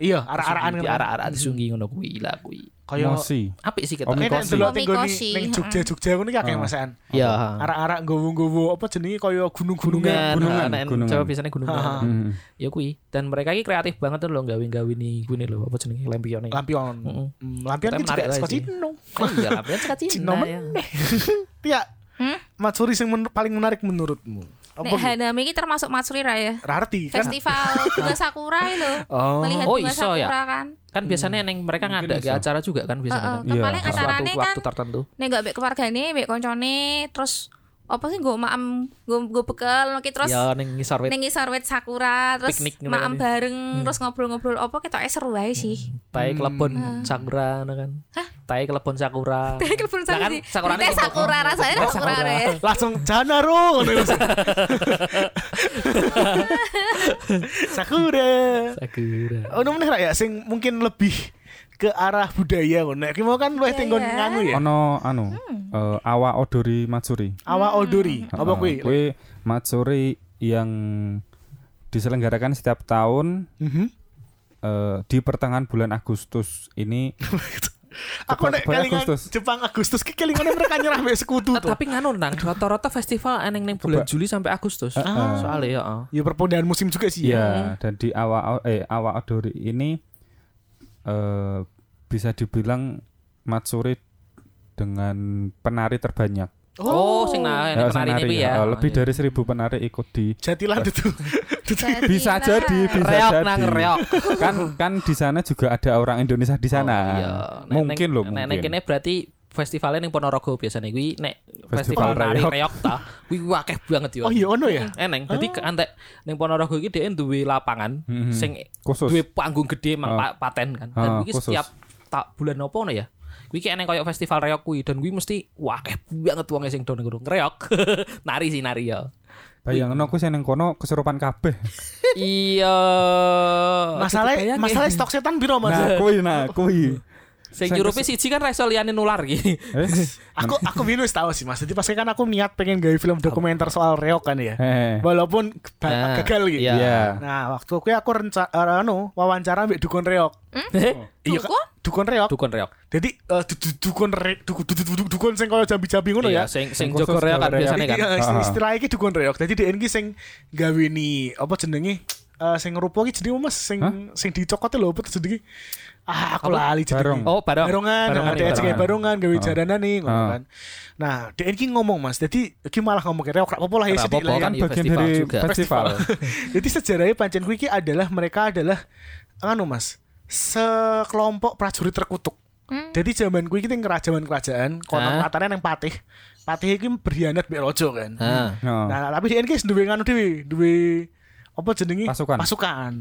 Speaker 2: Iya, arah-arahan
Speaker 1: Disunggi,
Speaker 2: kan.
Speaker 1: arah-arah disunggi ngono kuwi lah kuwi.
Speaker 2: Kayak-
Speaker 3: Mosi.
Speaker 1: Apik sih kita.
Speaker 3: Om-
Speaker 2: Nek nek
Speaker 3: Omikoshi.
Speaker 2: delok tinggo
Speaker 4: Omikoshi,
Speaker 2: ning Jogja-Jogja ngono ki akeh masakan.
Speaker 1: Ya.
Speaker 2: Arak-arak gowo-gowo apa jenenge kaya gunung-gunungan.
Speaker 1: Gunungan,
Speaker 3: gunungan,
Speaker 1: gunungan,
Speaker 3: gunungan.
Speaker 1: Jawa biasanya gunungan.
Speaker 2: Ha, ha.
Speaker 3: Mhm.
Speaker 1: Ya kuwi. Dan mereka iki kreatif banget tuh lho gawe-gawe ni kuwi lho apa jenenge lampione.
Speaker 2: Lampion.
Speaker 1: Iya. Mm-mm.
Speaker 2: Mm, Lampion
Speaker 1: Tapi
Speaker 2: ki juga
Speaker 1: menarik
Speaker 2: sekon
Speaker 1: sih.
Speaker 2: Cino.
Speaker 1: Iya, lampion saka
Speaker 2: Cino
Speaker 1: Cina ya.
Speaker 2: meneh. Tia. Matsuri Iya. sing men- paling menarik menurutmu?
Speaker 4: Nek Hanami ini termasuk Matsuri ra ya.
Speaker 2: Rarti kan?
Speaker 4: Festival bunga sakura lho.
Speaker 2: Oh.
Speaker 4: Melihat
Speaker 1: Iya. Oh,
Speaker 4: bunga
Speaker 1: iso ya?
Speaker 4: sakura kan.
Speaker 1: Kan
Speaker 2: Hmm.
Speaker 1: biasanya neng mereka ngadakke
Speaker 3: bisa.
Speaker 1: acara juga kan biasanya.
Speaker 4: Heeh,
Speaker 1: kan.
Speaker 4: kan
Speaker 3: Iya.
Speaker 4: paling
Speaker 1: Suatu
Speaker 4: acarane kan
Speaker 1: waktu tertentu.
Speaker 4: nek gak mbek keluargane, mbek koncone, terus apa sih gue maem gue gue bekel ngono ki, terus
Speaker 1: Ya ning ngisor wit.
Speaker 4: ning ngisor wit sakura terus
Speaker 1: Piknik ngono
Speaker 4: maem
Speaker 1: kan.
Speaker 4: bareng terus ngobrol-ngobrol apa ketoke seru wae sih.
Speaker 1: Tae kelebon sakura ngono kan.
Speaker 4: Hah?
Speaker 1: Tae kelebon sakura.
Speaker 4: Tapi kebun
Speaker 1: Lah kan
Speaker 4: sakura.
Speaker 1: sakura
Speaker 4: Teh sakura rasanya
Speaker 1: Oh,
Speaker 4: sakura
Speaker 1: sakura.
Speaker 4: ya.
Speaker 2: Langsung jana ro. Sakura.
Speaker 1: Sakura.
Speaker 2: Oh, nomor ya sing mungkin lebih ke arah budaya ngono. Nek ki mau kan luwih tenggon
Speaker 4: Budaya.
Speaker 2: nganu
Speaker 1: Iya.
Speaker 2: ya.
Speaker 3: Ono anu
Speaker 1: Hmm.
Speaker 3: eh, awa odori Matsuri.
Speaker 2: Awa odori. Apa
Speaker 3: Heeh,
Speaker 2: kuwi?
Speaker 3: Kuwi Matsuri yang diselenggarakan setiap tahun
Speaker 2: Mhm.
Speaker 3: eh, di pertengahan bulan Agustus ini
Speaker 2: Aku nek
Speaker 3: Jepang
Speaker 2: kelingan
Speaker 3: Agustus.
Speaker 2: Jepang Agustus ki kelingan mereka nyerah mbek sekutu
Speaker 1: Eh,
Speaker 2: tuh.
Speaker 1: Tapi nganu nang rata-rata festival eneng ning bulan Juli sampai Agustus. Soalnya ya. oh. heeh.
Speaker 2: Ya perpindahan musim juga
Speaker 1: Iya.
Speaker 2: sih.
Speaker 3: ya dan di awa eh awa odori ini eh bisa dibilang Matsuri dengan penari terbanyak.
Speaker 1: Oh, sing nah
Speaker 3: Eh,
Speaker 1: eneng penari
Speaker 3: penari,
Speaker 1: ini ya.
Speaker 3: eh, lebih dari seribu penari ikut di
Speaker 2: Jatilan itu.
Speaker 4: Eh,
Speaker 3: bisa jadi bisa
Speaker 1: Nah, reok
Speaker 3: jadi
Speaker 1: nang reok.
Speaker 3: kan kan di sana juga ada orang Indonesia di sana
Speaker 1: Oh, iya. Nek-
Speaker 3: mungkin
Speaker 1: nek-
Speaker 3: loh
Speaker 1: Nek
Speaker 3: mungkin
Speaker 1: nek kene berarti festivalnya ning Ponorogo biasanya kuwi nek
Speaker 3: Festival
Speaker 1: festival nari
Speaker 3: reok.
Speaker 1: reok ta. Kuwi akeh banget yo.
Speaker 2: Oh iya ono ya.
Speaker 1: eneng
Speaker 3: Ah.
Speaker 1: jadi ke antek ning Ponorogo iki dhek duwe lapangan
Speaker 3: Mhm.
Speaker 1: sing
Speaker 3: Khusus.
Speaker 1: duwe panggung gede mang
Speaker 3: Ah.
Speaker 1: pa- paten kan dan
Speaker 3: Ah,
Speaker 1: kuwi
Speaker 3: khusus.
Speaker 1: setiap tak bulan opo ngono ya kuwi ki eneng koyo festival reok kuwi dan kuwi mesti wah akeh banget wong sing do ngerung reok nari sih nari ya
Speaker 3: bayangno aku seneng kono keserupan kabeh
Speaker 1: iya
Speaker 2: Masalah
Speaker 1: Aku kebayang
Speaker 2: masalah
Speaker 1: ya. Oh, iya.
Speaker 2: stok setan biro Mas.
Speaker 3: nah kui nah kui
Speaker 1: Sing nyurupi siji kan ra iso liyane nular iki.
Speaker 3: Eh,
Speaker 2: Aku aku minus tahu sih Mas. Jadi pas kan aku niat pengen gawe film dokumenter soal reok kan ya.
Speaker 3: eh,
Speaker 2: Walaupun ke-
Speaker 1: Nah,
Speaker 2: gagal gitu.
Speaker 1: iya.
Speaker 3: Iya.
Speaker 2: Nah, waktu aku aku renca eh, anu wawancara ambek dukun reok.
Speaker 3: Oh.
Speaker 2: Iya, Kak. dukun
Speaker 4: Dukun?
Speaker 2: reok.
Speaker 1: Dukun reok.
Speaker 2: Jadi eh, du- du- dukun re- du- du- du- du- dukun sing kaya jambi-jambi ngono
Speaker 1: Iya,
Speaker 2: ya.
Speaker 1: sing sing
Speaker 3: Sing
Speaker 1: Joko
Speaker 3: khusus
Speaker 1: reok kan
Speaker 3: Joko reok.
Speaker 1: biasane kan.
Speaker 2: Iya, istilah-
Speaker 3: Ah.
Speaker 2: istilah iki dukun reok. Jadi dia iki sing gawini apa jenenge eh, sing ngerupo iki jenenge apa, Mas sing sing dicokot lho apa jenenge? Ah, aku lali jenenge.
Speaker 3: Barong.
Speaker 1: Oh, barong.
Speaker 2: Barongan,
Speaker 1: Barongan,
Speaker 2: ada aja
Speaker 1: barongan.
Speaker 2: kayak barongan gawe jaranan nih ngono
Speaker 3: Ah.
Speaker 2: kan. Nah, dia iki ngomong Mas. Jadi iki malah ngomong kira ora apa-apa lah ya
Speaker 1: Ora
Speaker 2: sithik
Speaker 1: apa-apa
Speaker 2: lah ya.
Speaker 1: kan. Iya,
Speaker 3: bagian
Speaker 1: festival
Speaker 3: dari
Speaker 1: juga.
Speaker 3: festival.
Speaker 2: Jadi sejarahnya pancen kuwi iki adalah mereka adalah anu Mas, sekelompok prajurit terkutuk. Jadi zaman kuwi iki kerajaan kerajaan, konon
Speaker 1: Ah.
Speaker 2: katanya yang patih. Patih iki berkhianat mbek raja kan.
Speaker 1: Heeh.
Speaker 3: No.
Speaker 2: Nah, tapi dia iki duwe anu dhewe, duwe apa jenenge?
Speaker 3: Pasukan.
Speaker 2: Pasukan.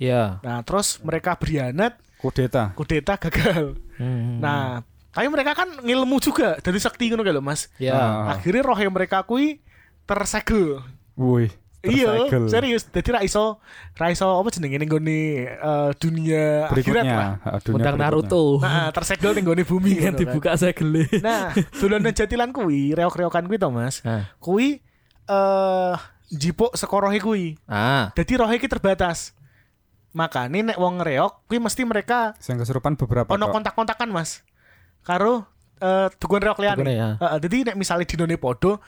Speaker 1: Iya.
Speaker 2: Nah, terus mereka berkhianat,
Speaker 3: Kudeta.
Speaker 2: kudeta gagal.
Speaker 1: Hmm.
Speaker 2: Nah, tapi mereka kan ngilmu juga dari sakti ngono kayak lho, Mas.
Speaker 1: Iya.
Speaker 3: Ah.
Speaker 2: Akhirnya roh yang mereka kui tersegel.
Speaker 3: Wih.
Speaker 2: Iya,
Speaker 3: tersegel.
Speaker 2: serius. Jadi ra iso ra iso apa jenenge ning gone eh, dunia akhirat
Speaker 3: Berikutnya.
Speaker 2: lah.
Speaker 3: eh, dunia
Speaker 1: Mundang
Speaker 3: berikutnya.
Speaker 1: Naruto.
Speaker 2: Nah, tersegel ning gone bumi
Speaker 1: Ingat
Speaker 2: ngono kan.
Speaker 1: Iya, dibuka saya gele.
Speaker 2: Nah, dolanan jatilan kuwi, reok-reokan kuwi to, Mas.
Speaker 3: Nah.
Speaker 1: Ah.
Speaker 2: Kuwi eh jipuk sekorohe kuwi.
Speaker 1: Ah.
Speaker 2: Jadi rohe iki terbatas. Makane nek wong reok kuwi mesti mereka
Speaker 3: Yang kesurupan beberapa.
Speaker 2: ono
Speaker 3: kok.
Speaker 2: kontak-kontakan, Mas. Karo eh dukun reok liyane.
Speaker 1: Dukune, ya.
Speaker 2: Heeh, dadi nek misale dinone padha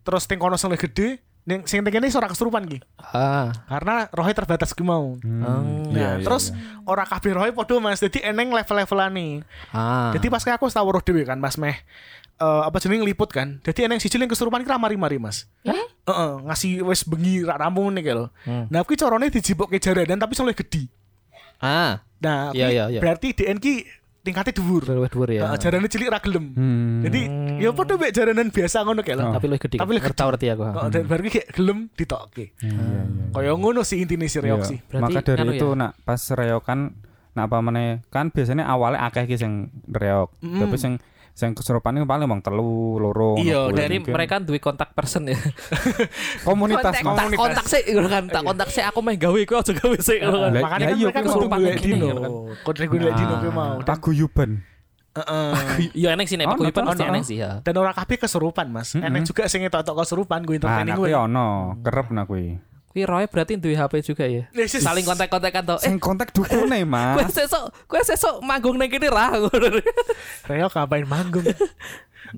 Speaker 2: terus ting kono sing luwih gedhe, ning sing ting kene iso ora kesurupan ki.
Speaker 1: Ah.
Speaker 2: Karena rohe terbatas kuwi mau.
Speaker 3: Hmm,
Speaker 1: Nah,
Speaker 3: iya,
Speaker 2: Nah,
Speaker 3: iya,
Speaker 2: terus
Speaker 3: iya.
Speaker 2: ora kabeh rohe padha Mas. Dadi eneng level-levelane.
Speaker 1: Ah.
Speaker 2: Jadi pas kayak aku tahu roh dhewe kan Mas Meh. Eh, apa jenenge liput kan. Jadi eneng siji yang kesurupan kira mari-mari Mas.
Speaker 4: Hah?
Speaker 2: Heeh, ngasih wes bengi rak rampung nih lho. Nah, kuwi carane dijipuk ke jaranan tapi sing luwih gedhi.
Speaker 1: Ah.
Speaker 2: Nah,
Speaker 1: Iya,
Speaker 2: kuwi
Speaker 1: iya, iya.
Speaker 2: berarti DN ki tingkatnya dhuwur.
Speaker 1: Luwih dhuwur ya.
Speaker 2: Heeh, jarane cilik ra gelem.
Speaker 3: Iya. Hmm. Nah,
Speaker 2: Jadi ya padha mek jaranan biasa ngono kayak lho.
Speaker 1: Tapi luwih gede.
Speaker 2: Tapi
Speaker 1: Tapi
Speaker 2: luwih
Speaker 1: ngerti ngerti aku.
Speaker 2: Heeh,
Speaker 3: Hmm.
Speaker 2: dan baru ki kayak gelem ditokke.
Speaker 3: Iya, iya, iya.
Speaker 2: Kaya ngono sih intine si Reok sih.
Speaker 1: Berarti
Speaker 3: Maka dari
Speaker 1: anu
Speaker 3: itu
Speaker 1: ya?
Speaker 3: nak pas reok kan nak apa meneh kan biasanya awalnya akeh ki sing reok. Tapi sing sing kesurupan ini paling mong telu, loro.
Speaker 2: Iya,
Speaker 3: ngono kuwi.
Speaker 1: Jadi
Speaker 3: Mungkin
Speaker 1: mereka duwe kontak person ya.
Speaker 3: komunitas
Speaker 1: Tak
Speaker 4: kontak-
Speaker 3: komunitas.
Speaker 1: kontak sih ngono kan. Tak kontak sih aku meh gawe kowe aja gawe sih ngono kan.
Speaker 3: Lah,
Speaker 2: Makanya
Speaker 3: ya
Speaker 2: kan
Speaker 3: iya,
Speaker 2: mereka
Speaker 3: kuwi
Speaker 2: kudu
Speaker 1: kesurupan
Speaker 2: golek
Speaker 1: kayak gini,
Speaker 2: dino.
Speaker 1: kan.
Speaker 2: Kudu golek dino kuwi mau.
Speaker 3: Nah,
Speaker 2: Dan-
Speaker 3: Paguyuban.
Speaker 2: Heeh.
Speaker 1: Iya eneng sih nek
Speaker 3: Oh,
Speaker 1: paguyuban
Speaker 3: nonton,
Speaker 1: mesti
Speaker 3: nonton.
Speaker 1: eneng sih ya.
Speaker 2: dan orang kabeh kesurupan mas enak juga sing ngetok kesurupan gue
Speaker 3: Ah,
Speaker 2: entertaining
Speaker 3: Hmm. nah,
Speaker 2: gue
Speaker 3: kuwi ono, kerep nah kuwi.
Speaker 2: Eh.
Speaker 1: Kuwi Roy berarti duwe HP juga ya.
Speaker 2: Yes, yes.
Speaker 1: Saling kontak-kontakan to. Eh,
Speaker 3: Sing kontak dukune,
Speaker 1: kowe
Speaker 3: Mas.
Speaker 1: sesuk, kowe sesuk manggung ning kene ra ngono.
Speaker 2: Reok ngapain manggung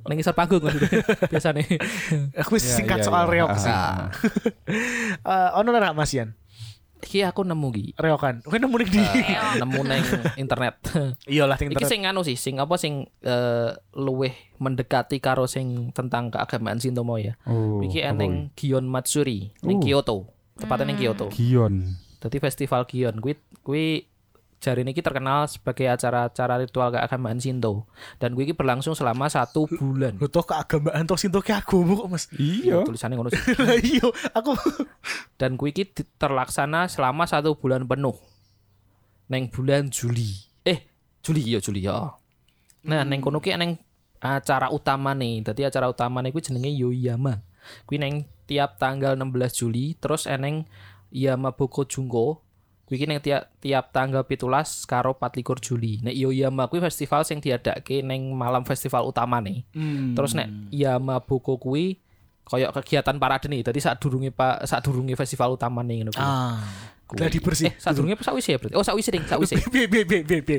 Speaker 1: Ning isor panggung maksudnya. Biasane.
Speaker 2: aku
Speaker 3: Iya,
Speaker 2: singkat
Speaker 3: iya,
Speaker 2: soal
Speaker 3: iya.
Speaker 2: reok
Speaker 3: Ah,
Speaker 2: sih
Speaker 3: ah.
Speaker 2: Eh, ono lah mas Yan
Speaker 1: Iki aku nemu ki.
Speaker 2: reokan gue nemu nih di
Speaker 3: Nah.
Speaker 1: Nemu ning internet.
Speaker 2: iyalah ting
Speaker 1: Iki
Speaker 2: terus
Speaker 1: sing anu sih, sing apa sing eh, luwih mendekati karo sing tentang keagamaan Shintomo ya.
Speaker 3: Oh,
Speaker 1: Iki
Speaker 3: apa kuwi?
Speaker 1: eneng Gion Matsuri ning
Speaker 3: Uh.
Speaker 1: Kyoto. Tepatnya ning Kyoto.
Speaker 3: Gion.
Speaker 1: Jadi festival Gion kuwi kuwi jari ini terkenal sebagai acara-acara ritual keagamaan Shinto dan kuwi iki berlangsung selama satu bulan.
Speaker 2: lu toh keagamaan toh sinto ke agama kok mas
Speaker 3: Iya.
Speaker 1: Tulisannya ngono sih.
Speaker 2: lah iyo aku
Speaker 1: Dan kuwi iki di- terlaksana selama satu bulan penuh. Neng bulan Juli. Eh, Juli ya Juli ya. Nah, neng kono ki neng acara utama nih. Dadi acara utama nih kuwi jenenge Yoyama. Kuwi neng tiap tanggal 16 Juli terus eneng Yamaboko Junko. Kuwi ki neng tiap tiap tanggal 17 karo 24 Juli. Nek Yoyama kuwi festival sing diadakke neng malam festival utama nih. Terus nek
Speaker 2: Hmm.
Speaker 1: Yamaboko kuwi koyok kegiatan parade nih. Dadi sadurunge Pak sadurunge festival utama nih ngono kuwi.
Speaker 2: ah
Speaker 1: Kuwi.
Speaker 2: gladi bersih
Speaker 1: Eh, sadurunge apa sakwise ya berarti? Oh, sakwise ding, sakwise.
Speaker 2: bi bi bi bi bi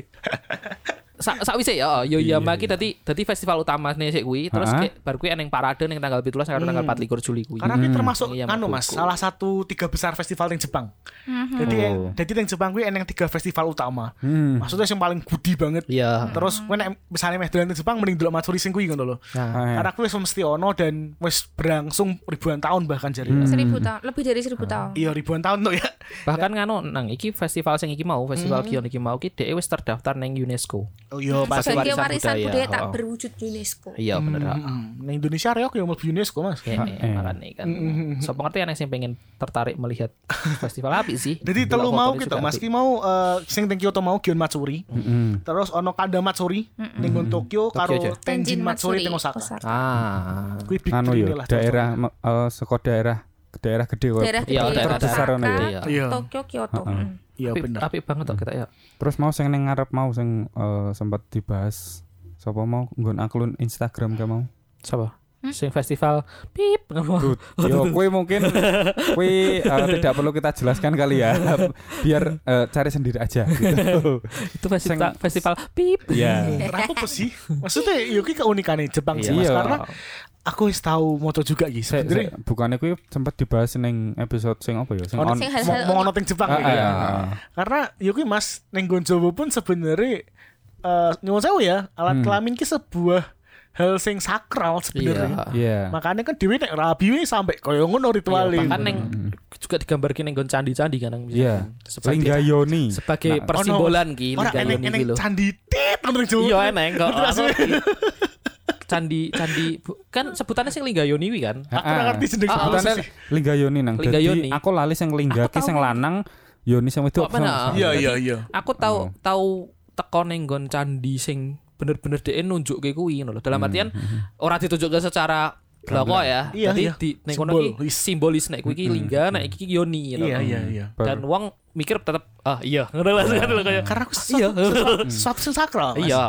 Speaker 1: Sa sakwise ya, oh,
Speaker 2: Iya,
Speaker 1: Yoyama iki dadi dadi festival utama nih sik kuwi. Terus
Speaker 3: Ha-ha.
Speaker 1: ke, bar kuwi eneng parade ning tanggal 17 karo tanggal
Speaker 2: Hmm.
Speaker 1: 24 Juli kuwi.
Speaker 2: karena ini termasuk
Speaker 1: Iya,
Speaker 2: anu mas
Speaker 1: Mabuko.
Speaker 2: salah satu tiga besar festival yang Jepang jadi
Speaker 3: Oh.
Speaker 2: en- jadi yang Jepang gue eneng tiga festival utama
Speaker 3: Hmm.
Speaker 2: maksudnya yang paling gudi banget
Speaker 1: Iya.
Speaker 2: terus gue nek misalnya meh dolan ning Jepang mending delok Matsuri sing kuwi ngono lho.
Speaker 1: Nah,
Speaker 3: Ah,
Speaker 2: Karena aku wis mesti ono dan wis berlangsung ribuan tahun bahkan jadi
Speaker 1: Hmm.
Speaker 4: Seribu tahun, lebih dari seribu tahun.
Speaker 2: iya ribuan tahun tuh ya.
Speaker 1: bahkan ngano nang iki festival sing iki mau,
Speaker 2: Hmm.
Speaker 1: festival Gion iki mau ki dhek wis terdaftar ning UNESCO.
Speaker 2: Oh iya pas
Speaker 1: Pasti
Speaker 4: Sebagai
Speaker 1: warisan
Speaker 4: warisan
Speaker 1: budaya,
Speaker 4: budaya tak
Speaker 1: oh.
Speaker 4: berwujud UNESCO.
Speaker 1: Iya, bener. ha.
Speaker 2: Nah, Indonesia reok ya mlebu UNESCO Mas.
Speaker 1: Kene
Speaker 3: Ha-eh.
Speaker 1: makane kan.
Speaker 2: Hmm,
Speaker 1: Sopo ngerti ana sing pengen tertarik melihat festival api sih.
Speaker 2: Jadi
Speaker 1: Delok
Speaker 2: telu mau
Speaker 1: fotonya
Speaker 2: kita
Speaker 1: juga
Speaker 2: Mas
Speaker 1: apik.
Speaker 2: ki mau eh, sing teng Kyoto mau Gion Matsuri.
Speaker 3: Hmm.
Speaker 2: Terus ono Kanda Matsuri ning nggon Tokyo
Speaker 1: aja.
Speaker 2: karo Tenjin Matsuri teng Osaka.
Speaker 4: Osaka.
Speaker 1: Ah.
Speaker 2: Kuwi big
Speaker 3: Anu
Speaker 2: three
Speaker 3: ya,
Speaker 2: lah,
Speaker 3: daerah me- eh, seko daerah daerah gede kok.
Speaker 4: Daerah
Speaker 1: Iya,
Speaker 4: gede,
Speaker 1: daerah
Speaker 4: Osaka,
Speaker 1: besar
Speaker 3: ono ya.
Speaker 1: Iya.
Speaker 4: Tokyo, Kyoto. Mm.
Speaker 2: Tokyo. Iya
Speaker 1: Apik-
Speaker 2: bener.
Speaker 1: apik banget kok kita ya.
Speaker 3: Terus mau sing ning ngarep mau sing eh, sempat dibahas. Sapa mau nggon akun Instagram ke mau?
Speaker 1: Siapa? Sing festival pip ngomong.
Speaker 3: Yo, kue mungkin kue eh, tidak perlu kita jelaskan kali ya. Biar eh, cari sendiri aja gitu.
Speaker 1: Itu festival
Speaker 3: sing-
Speaker 1: festival pip.
Speaker 3: Iya.
Speaker 2: Kenapa apa sih? Maksudnya Yuki keunikannya Jepang sih mas
Speaker 3: Iya.
Speaker 2: karena aku wis tahu moto juga gitu.
Speaker 3: Se- se-
Speaker 2: Sebenarnya
Speaker 3: bukannya kue sempat dibahas ning episode sing apa ya? Sing
Speaker 2: ono-
Speaker 3: on.
Speaker 4: Sing hal-hal
Speaker 2: mau- mau ono ting Jepang
Speaker 3: Ah,
Speaker 2: ya.
Speaker 3: iya.
Speaker 2: Karena Yuki mas neng Gonjowo pun sebenarnya eh nyuwun sewu ya alat
Speaker 3: Hmm.
Speaker 2: kelamin ki sebuah hal sing sakral sebenarnya.
Speaker 1: Iya.
Speaker 3: Iya.
Speaker 2: Makanya kan dewi nek rabi we sampai koyo ngono rituale.
Speaker 1: Iya, Bahkan neng juga digambarkan neng gon candi-candi kan neng.
Speaker 3: Iya.
Speaker 1: Sebagai
Speaker 3: Linggayoni.
Speaker 1: sebagai
Speaker 3: Nah,
Speaker 1: persimbolan ki
Speaker 2: Orang
Speaker 1: Liga Yoni
Speaker 2: eneng
Speaker 1: ki
Speaker 2: eneng
Speaker 1: lho.
Speaker 2: candi tit neng Jawa.
Speaker 1: Iya eneng kok. Aku- Candi candi bu- kan sebutannya sing Lingga Yoni wi kan.
Speaker 2: Aku ora ngerti jeneng
Speaker 1: Ah,
Speaker 2: apa
Speaker 3: Sebutannya
Speaker 2: sih.
Speaker 3: Linggayoni nang.
Speaker 1: Lingga Yoni.
Speaker 3: Jadi aku lali sing lingga
Speaker 1: Aku
Speaker 3: ki
Speaker 1: tahu.
Speaker 3: sing lanang, Yoni sing wedok.
Speaker 1: Kok mana?
Speaker 2: Iya iya iya.
Speaker 1: Aku
Speaker 3: Hmm.
Speaker 1: tahu tahu teko neng gon candi sing bener-bener dhek nunjuk ke kuwi ngono lho.
Speaker 3: Hmm.
Speaker 1: Dalam artian ora ditunjukkan secara Loko ya.
Speaker 2: Iya,
Speaker 1: Jadi
Speaker 2: iya.
Speaker 1: di ning kono iki
Speaker 2: Simbolis.
Speaker 1: simbolis nek kuwi iki
Speaker 3: Hmm.
Speaker 1: lingga, nek iki yoni ngono
Speaker 2: Iya
Speaker 1: lho.
Speaker 2: iya iya.
Speaker 1: Dan wong mikir tetap ah iya ngono lah ngono lho kayak
Speaker 2: Karena aku sesuatu,
Speaker 1: iya.
Speaker 2: sesuatu, sesuatu yang sakral. Mas.
Speaker 1: Iya.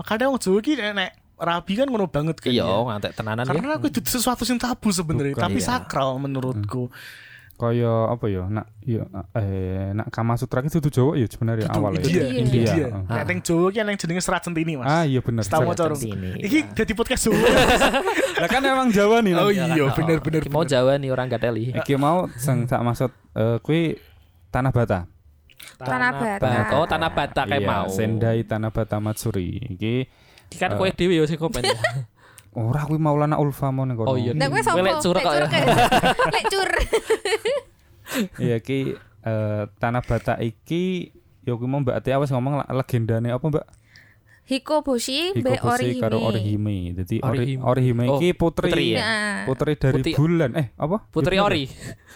Speaker 2: Makanya wong Jawa ki nek- nek rabi kan ngono banget kan.
Speaker 1: Iya,
Speaker 2: ya.
Speaker 1: ngantek tenanan ya.
Speaker 2: Karena aku itu sesuatu yang tabu sebenarnya,
Speaker 3: Bukan,
Speaker 2: tapi
Speaker 1: iya. Hmm.
Speaker 2: sakral menurutku.
Speaker 3: Kaya apa ya? Nak ya eh nak Kama Sutra ki dudu Jawa ya sebenarnya
Speaker 2: Itu
Speaker 3: awalnya.
Speaker 2: India,
Speaker 4: Iya.
Speaker 2: India.
Speaker 3: Iya.
Speaker 2: Nek
Speaker 1: Ah.
Speaker 2: teng Jawa ki neng jenenge serat centini, Mas.
Speaker 3: Ah iya bener.
Speaker 2: Setahu
Speaker 1: Serat
Speaker 2: maca rung.
Speaker 1: Centini, iya.
Speaker 2: Iki dadi podcast Jawa.
Speaker 3: Lah kan emang Jawa nih.
Speaker 2: Oh
Speaker 3: Nang.
Speaker 2: iya,
Speaker 1: Ah,
Speaker 2: bener bener.
Speaker 1: Ki
Speaker 2: Iya.
Speaker 1: mau
Speaker 2: bener.
Speaker 1: Jawa nih orang Gateli.
Speaker 3: Iki mau sing tak maksud eh kuwi Tanah Bata.
Speaker 4: Tanah Bata.
Speaker 1: Oh, tanah bata kayak
Speaker 3: Iya,
Speaker 1: mau.
Speaker 3: Sendai Ah. Tanah Bata Matsuri. Iki
Speaker 1: Iki kan kowe dhewe yo sing komen. ya.
Speaker 3: ora kuwi Maulana Ulfa mau ning
Speaker 1: Oh,
Speaker 3: kono.
Speaker 1: iya.
Speaker 4: Nek kowe sapa?
Speaker 1: Kowe lek curug kok ya.
Speaker 4: kayak- Lek cur.
Speaker 3: Iya ki eh, Tanah Bata iki ya kuwi mau Mbak Ati awas ngomong la- legendane apa Mbak?
Speaker 4: Hikoboshi mbek
Speaker 3: Hikoboshi
Speaker 4: Orihime.
Speaker 3: karo Orihime. Jadi Ori-
Speaker 1: Orihime.
Speaker 3: Orihime
Speaker 1: Oh,
Speaker 3: iki putri.
Speaker 1: putri ya?
Speaker 4: Nah,
Speaker 3: Putri dari
Speaker 1: Putri- ya.
Speaker 3: bulan. Eh, apa?
Speaker 1: Putri
Speaker 3: Ya, bener.
Speaker 1: Ori.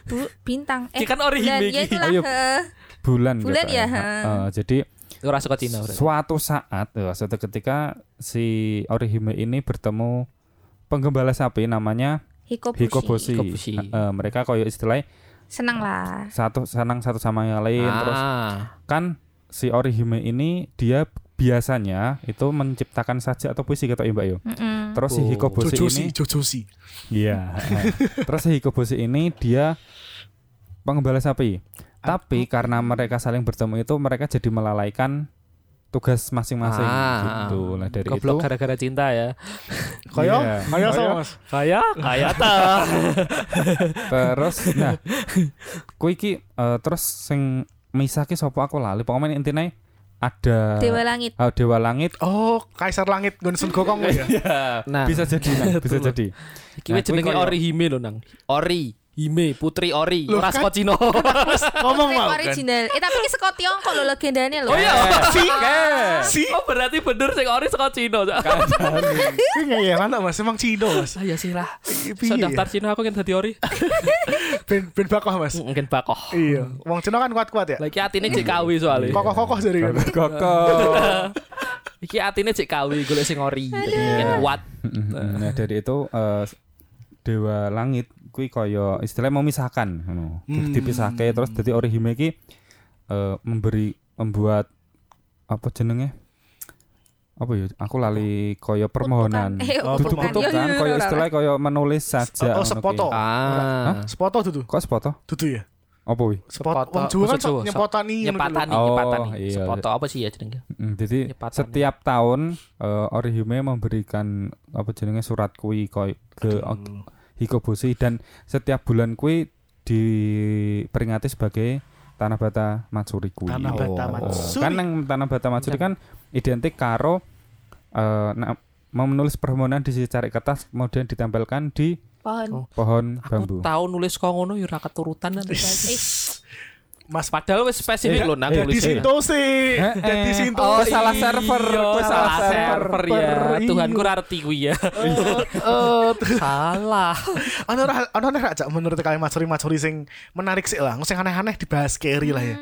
Speaker 4: bu- bintang.
Speaker 1: Ki kan Orihime
Speaker 4: bulan, Ya
Speaker 1: ki.
Speaker 4: itulah.
Speaker 3: Ayo.
Speaker 4: heeh.
Speaker 3: Bulan.
Speaker 4: Bulan
Speaker 3: katanya.
Speaker 4: ya, ha.
Speaker 3: Eh, jadi
Speaker 1: Ora saka Cina berarti.
Speaker 3: suatu saat eh, suatu ketika si Orihime ini bertemu penggembala sapi namanya
Speaker 4: Hikoboshi.
Speaker 3: Hikoboshi.
Speaker 1: Hikoboshi.
Speaker 3: Eh, eh, mereka koyo istilahnya
Speaker 4: Seneng lah.
Speaker 3: satu senang satu sama yang lain terus
Speaker 1: Ah.
Speaker 3: kan si Orihime ini dia biasanya itu menciptakan sajak atau puisi kata Mbak Yo.
Speaker 4: Mm-mm.
Speaker 3: Terus si
Speaker 1: Oh.
Speaker 3: Hikoboshi ini
Speaker 2: Jojosi, Jojosi.
Speaker 3: Iya. Terus si Hikoboshi ini dia pengembala sapi. Tapi karena mereka saling bertemu itu mereka jadi melalaikan tugas masing-masing
Speaker 1: Ah.
Speaker 3: gitu. Nah, dari
Speaker 1: Goblok
Speaker 3: itu
Speaker 1: gara-gara cinta ya.
Speaker 2: Koyo,
Speaker 3: Iya.
Speaker 2: koyo
Speaker 3: Koyo.
Speaker 2: sama Mas.
Speaker 1: Kaya, kaya ta.
Speaker 3: terus nah kui iki eh, terus sing misaki sapa aku lali. Pokoknya intine ada
Speaker 4: Dewa Langit.
Speaker 3: ah, Dewa Langit.
Speaker 2: Oh, Kaisar Langit Gon Sun Gokong ya.
Speaker 1: Nah,
Speaker 3: Bisa jadi, nah, bisa jadi.
Speaker 1: iki wis
Speaker 3: Nah, kuwi
Speaker 1: jenenge
Speaker 3: koyo-
Speaker 1: Orihime lho, Nang. Ori Hime, putri Ori,
Speaker 2: Loh,
Speaker 1: ora
Speaker 2: kan-
Speaker 1: saka Cina.
Speaker 2: Ngomong
Speaker 4: Lek
Speaker 2: mau kan.
Speaker 4: original. Eh tapi ki saka Tiongkok lho legendane lho.
Speaker 1: Oh iya.
Speaker 2: Si,
Speaker 1: Eh.
Speaker 2: si,
Speaker 1: Oh berarti bener sing Ori saka Cina.
Speaker 2: si nggak ya mana Mas? Emang Cino Mas.
Speaker 1: Kan? Saya sih lah.
Speaker 2: Piye?
Speaker 1: Saya daftar Cina aku kan dadi Ori.
Speaker 2: Ben ben bakoh Mas.
Speaker 1: Mungkin bakoh. Hmm.
Speaker 2: Iya, wong Cino kan kuat-kuat ya.
Speaker 1: Lagi atine JKW soalnya.
Speaker 2: Kokoh-kokoh jadi kan.
Speaker 3: Gokok.
Speaker 1: Iki atine cek kawi golek sing ori. Mungkin kuat.
Speaker 3: nah, dari itu eh, Dewa Langit kui koyo istilahnya memisahkan ngono.
Speaker 2: Hmm.
Speaker 3: Dipisahke terus dadi Orihime iki eh, memberi membuat apa jenenge? Apa ya? Aku lali koyo permohonan.
Speaker 4: Eh,
Speaker 2: Oh,
Speaker 3: Duduk
Speaker 2: permohonan.
Speaker 3: kutukan
Speaker 4: Iya, iya,
Speaker 3: koyo
Speaker 4: iya,
Speaker 3: istilah koyo menulis saja.
Speaker 2: Oh,
Speaker 3: ngono kui.
Speaker 2: sepoto.
Speaker 1: Ah.
Speaker 2: Sepoto tuh tuh.
Speaker 3: Kok sepoto?
Speaker 2: Tutu ya.
Speaker 3: Apa wi?
Speaker 2: Spot
Speaker 1: Sepoto.
Speaker 2: wong Jawa
Speaker 1: Maksud Jawa,
Speaker 2: kan gitu sok nyepotani ngono ku lho.
Speaker 1: Nyepatani,
Speaker 3: Oh,
Speaker 1: nyepatani.
Speaker 3: iya.
Speaker 1: Sepoto apa sih ya jenenge?
Speaker 3: Mm, Jadi
Speaker 1: Nyepatan.
Speaker 3: setiap tahun eh, Orihime memberikan apa jenenge surat kui koy ke Hikoboshi dan setiap bulan kui diperingati sebagai Tanah Bata Matsuri kui.
Speaker 2: Tanah Bata
Speaker 1: Oh.
Speaker 2: Matsuri. Iya.
Speaker 3: Kan yang Tanah Bata Matsuri kan identik karo eh, na- mau menulis permohonan di cari kertas kemudian ditempelkan di
Speaker 4: Pohon.
Speaker 3: Oh, pohon
Speaker 1: Aku
Speaker 3: bambu.
Speaker 1: tahu nulis kok ngono ya ora keturutan nanti. saiki.
Speaker 2: Mas
Speaker 1: Padahal wis spesifik lho nang
Speaker 2: Jadi
Speaker 1: nulisnya.
Speaker 2: Sinto sih.
Speaker 3: Eh,
Speaker 2: Jadi
Speaker 3: eh.
Speaker 2: Sinto.
Speaker 3: Oh,
Speaker 2: sih.
Speaker 3: salah server.
Speaker 1: Iya,
Speaker 3: Kue
Speaker 1: salah
Speaker 3: salah
Speaker 1: server
Speaker 2: server,
Speaker 1: ya.
Speaker 2: iya.
Speaker 1: Tuhan ku arti kuwi ya. Salah.
Speaker 2: Ono ora ono ora aja menurut kalian matsuri-matsuri sing menarik sih lah. Sing aneh-aneh dibahas Kerry lah ya.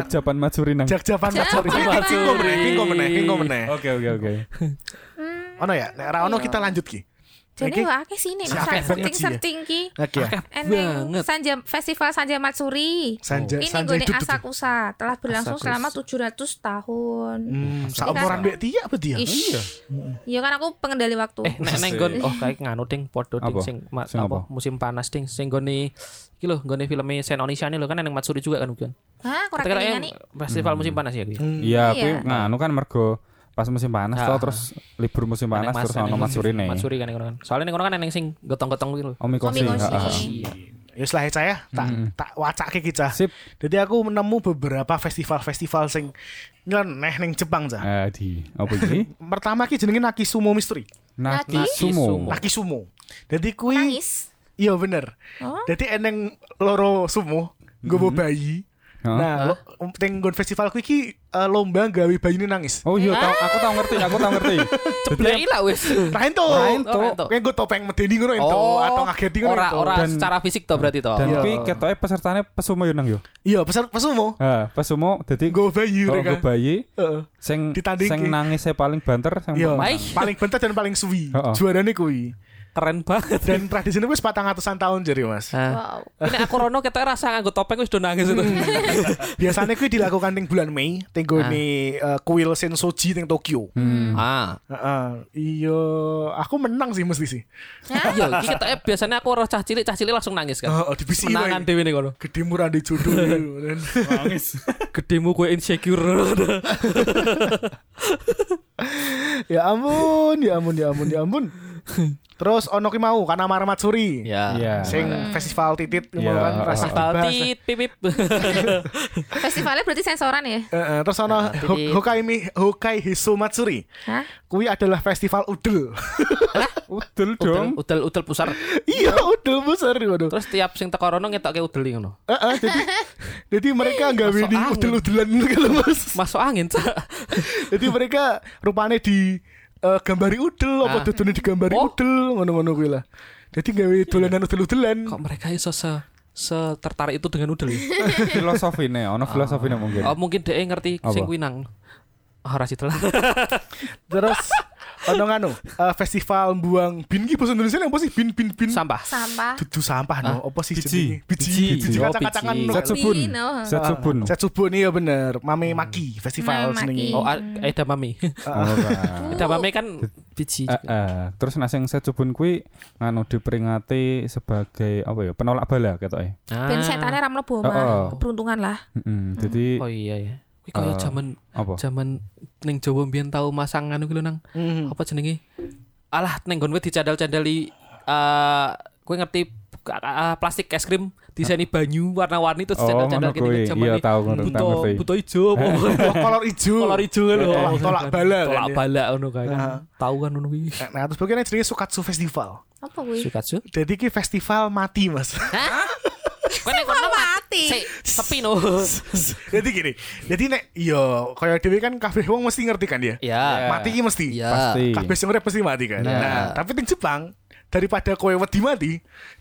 Speaker 3: Jak-japan Matsuri nang.
Speaker 2: Jak-jakan matsuri.
Speaker 1: Matsuri.
Speaker 2: Kingko Oh, meneh, kingko meneh, kingko meneh.
Speaker 3: Oke oke oke.
Speaker 2: Ono ya, nek ra ono kita lanjut ki.
Speaker 4: Jadi
Speaker 2: Iki-
Speaker 4: wah akeh sini
Speaker 2: Si akeh banget
Speaker 4: searching
Speaker 2: sih ya.
Speaker 4: searching ki.
Speaker 2: Oke.
Speaker 1: Akeh
Speaker 4: Eneng
Speaker 1: banget.
Speaker 4: Sanja Festival Sanja Matsuri.
Speaker 2: Sanja
Speaker 4: Ini
Speaker 2: Sanja
Speaker 4: gue
Speaker 2: duduk.
Speaker 4: Asakusa telah berlangsung
Speaker 3: Asakusa.
Speaker 4: selama 700 tahun.
Speaker 2: Hmm,
Speaker 4: Ini
Speaker 2: saumuran
Speaker 4: kan-
Speaker 2: mbek Tia apa dia?
Speaker 4: Ish. Iya kan aku pengendali waktu.
Speaker 1: Eh nek neng gon oh kayak nganu ding podo ding
Speaker 3: Apa?
Speaker 1: sing ma-
Speaker 3: Sing
Speaker 1: apa
Speaker 3: apa?
Speaker 1: musim panas ding sing goni iki lho goni filme Senonisha ini lho kan neng Matsuri juga kan bukan.
Speaker 4: Hah, kurang
Speaker 1: Kata
Speaker 4: kelingan
Speaker 1: yang
Speaker 4: nih.
Speaker 1: festival
Speaker 3: Hmm.
Speaker 1: musim panas ya kuwi.
Speaker 3: Iya,
Speaker 4: Iya.
Speaker 3: kuwi nganu kan mergo pas musim panas
Speaker 1: Ah.
Speaker 3: toh, terus libur musim panas
Speaker 1: Neng
Speaker 3: terus
Speaker 1: Mas-
Speaker 3: ono
Speaker 1: neng
Speaker 3: matsuri Oh. ne.
Speaker 1: Matsuri kan neng kono kan. Soalnya neng kono kan neng sing gotong-gotong kuwi lho.
Speaker 3: Omikoshi.
Speaker 4: Omikoshi.
Speaker 3: heeh.
Speaker 1: Iya.
Speaker 2: Ya lah saya tak tak wacake kita.
Speaker 3: Sip.
Speaker 2: Jadi aku menemu beberapa festival-festival sing nyeleneh ning Jepang Cah.
Speaker 3: Eh, di apa iki?
Speaker 2: Pertama ki jenenge Nakisumo Mystery.
Speaker 1: Nakisumo.
Speaker 3: Nakisumo.
Speaker 2: Nakisumo. Jadi kui
Speaker 4: Nangis.
Speaker 2: iya bener.
Speaker 4: Oh.
Speaker 2: Jadi eneng loro sumo nggowo bayi.
Speaker 3: Hah?
Speaker 2: Nah, lo, ning nggon festival kuwi ki eh, lomba gawe bayine nangis.
Speaker 3: Oh iya, tau, aku tau ngerti, aku tau ngerti.
Speaker 1: Lah iya lah wis.
Speaker 2: Ra ento.
Speaker 1: Ra ento.
Speaker 2: Kayak gue topeng medeni ngono ento atau ngageti
Speaker 1: Oh,
Speaker 2: ngono
Speaker 1: ora
Speaker 2: ento.
Speaker 1: ora
Speaker 3: Dan-
Speaker 1: secara fisik to berarti to.
Speaker 3: Dan
Speaker 2: Iya.
Speaker 3: kuwi ketoke pesertane pesumo yo nang yo.
Speaker 2: Iya, pesan pesumo.
Speaker 3: Ha, pesumo dadi
Speaker 2: Gue bayi
Speaker 3: Oh,
Speaker 2: mereka.
Speaker 3: nggo bayi
Speaker 2: ya kan? Heeh.
Speaker 3: sing
Speaker 2: Ditandingke.
Speaker 3: sing nangisnya paling banter sing
Speaker 2: Iya,
Speaker 3: menang.
Speaker 1: Baik.
Speaker 2: paling bentar dan paling suwi.
Speaker 3: Heeh.
Speaker 2: Juarane kuwi.
Speaker 1: Keren banget.
Speaker 2: Dan tradisinya wis 400-an tahun jadi Mas.
Speaker 1: Nah,
Speaker 4: Wow.
Speaker 1: ini aku rono ketok rasa nganggo topeng wis do nangis itu.
Speaker 2: Biasanya kuwi dilakukan ning bulan Mei, ning gone eh, kuil Sensoji ning Tokyo.
Speaker 1: Ah,
Speaker 2: Heeh. Iya, aku menang sih mesti sih.
Speaker 1: iya iki ketoke biasanya aku roh cah cilik, cah cilik langsung nangis kan.
Speaker 3: Oh,
Speaker 2: Heeh, dibisi.
Speaker 1: Menangan dhewe ning kono.
Speaker 2: Gede murah di jodoh. ya kan?
Speaker 1: Gedemu kowe insecure.
Speaker 2: ya ampun, ya ampun, ya ampun, ya ampun. Terus ono ki mau karena Amar Matsuri.
Speaker 1: Ya.
Speaker 3: Iya.
Speaker 2: Sing festival titit
Speaker 3: Iya,
Speaker 2: kan
Speaker 3: heeh.
Speaker 2: rasa
Speaker 1: Festival
Speaker 2: dibahas.
Speaker 1: tit pipip.
Speaker 4: Festivalnya berarti sensoran ya?
Speaker 2: Eh, eh, terus ono Ho-
Speaker 1: Nah, titit.
Speaker 2: Hokai Mi- Hokai Hiso Matsuri.
Speaker 4: Hah?
Speaker 2: Kuwi adalah festival udel.
Speaker 1: Udel,
Speaker 3: Udel dong.
Speaker 1: udel udel pusar.
Speaker 2: iya, udel besar waduh.
Speaker 1: Terus tiap sing teko rono ngetokke udel iki ngono.
Speaker 2: Eh, eh, jadi jadi mereka nggak
Speaker 1: Masuk
Speaker 2: wedi
Speaker 1: angin.
Speaker 2: udel-udelan gitu Mas.
Speaker 1: Masuk angin, Cak.
Speaker 2: Jadi mereka rupanya di eh, gambari udel apa
Speaker 1: Ah.
Speaker 2: dudune digambari
Speaker 1: Oh.
Speaker 2: udel ngono-ngono kuwi lah. Jadi gawe dolanan udel-udelan.
Speaker 1: Kok mereka iso se se tertarik itu dengan udel? ya?
Speaker 3: Filosofine, ono filosofine mungkin.
Speaker 1: Oh, mungkin dia ngerti sing
Speaker 3: Iya. Apa?
Speaker 1: kuwi nang. Oh, ora sitelah.
Speaker 2: Terus ono nganu, eh, festival buang bin ki bahasa Indonesia apa sih bin bin bin.
Speaker 1: Sampah.
Speaker 4: Sampah.
Speaker 2: Dudu sampah no, apa sih
Speaker 3: Biji.
Speaker 2: jenenge? Biji,
Speaker 3: Biji.
Speaker 2: biji
Speaker 1: Oh,
Speaker 2: kacang-kacangan
Speaker 1: Ah. biji.
Speaker 2: no. Ah.
Speaker 3: Setsubun.
Speaker 4: Ini, no.
Speaker 3: Setsubun.
Speaker 2: Setsubun iya bener, Mame Maki festival
Speaker 4: Hmm.
Speaker 2: ah,
Speaker 4: Mame
Speaker 2: senengi.
Speaker 4: Maki.
Speaker 1: Oh, ada mami.
Speaker 3: Oh, kan.
Speaker 1: Ada mami kan biji.
Speaker 3: Eh, eh, terus nah sing Setsubun kuwi nganu diperingati sebagai apa ya? Penolak bala ketoke.
Speaker 1: Ah.
Speaker 4: Ben setannya Ramlo Boma.
Speaker 3: Oh, oh.
Speaker 4: Keberuntungan lah.
Speaker 3: Heeh. Jadi
Speaker 1: Oh iya ya. Kuwi kaya
Speaker 3: Eh,
Speaker 1: jaman
Speaker 3: apa?
Speaker 1: jaman ning Jawa mbiyen tau masang anu kuwi lho, nang
Speaker 2: Mhm.
Speaker 1: apa jenenge? Alah ning gonwe dicandal-candali eh kowe ngerti eh, plastik es krim disaini banyu warna-warni terus
Speaker 3: Ah. Oh,
Speaker 1: candal-candal
Speaker 3: ngono kuwi. Iya,
Speaker 1: iki.
Speaker 3: tahu, ngono,
Speaker 1: Buta
Speaker 3: tahu, ngerti.
Speaker 1: buta ijo apa
Speaker 2: Oh, kolor ijo. Iya,
Speaker 1: kolor ijo kan lho.
Speaker 2: Tolak- tolak bala kan
Speaker 1: Tolak
Speaker 2: ya.
Speaker 1: bala ngono kae kan.
Speaker 3: Nah.
Speaker 1: Tahu kan ngono kuwi.
Speaker 2: Nah, terus pokoknya jenenge Sukatsu Festival.
Speaker 4: Apa gue?
Speaker 1: Sukatsu.
Speaker 2: Jadi ki festival mati, Mas.
Speaker 1: Kowe ning kono
Speaker 4: mati.
Speaker 1: sik, sepi no.
Speaker 2: jadi gini, jadi nek yo kaya dhewe kan kabeh wong mesti ngerti kan dia.
Speaker 1: Ya.
Speaker 2: Mati ki mesti.
Speaker 1: Ya.
Speaker 3: Pasti.
Speaker 2: Ah, Kabeh sing urip mesti mati kan.
Speaker 1: Nah.
Speaker 2: Nah, tapi di Jepang daripada kowe wedi mati,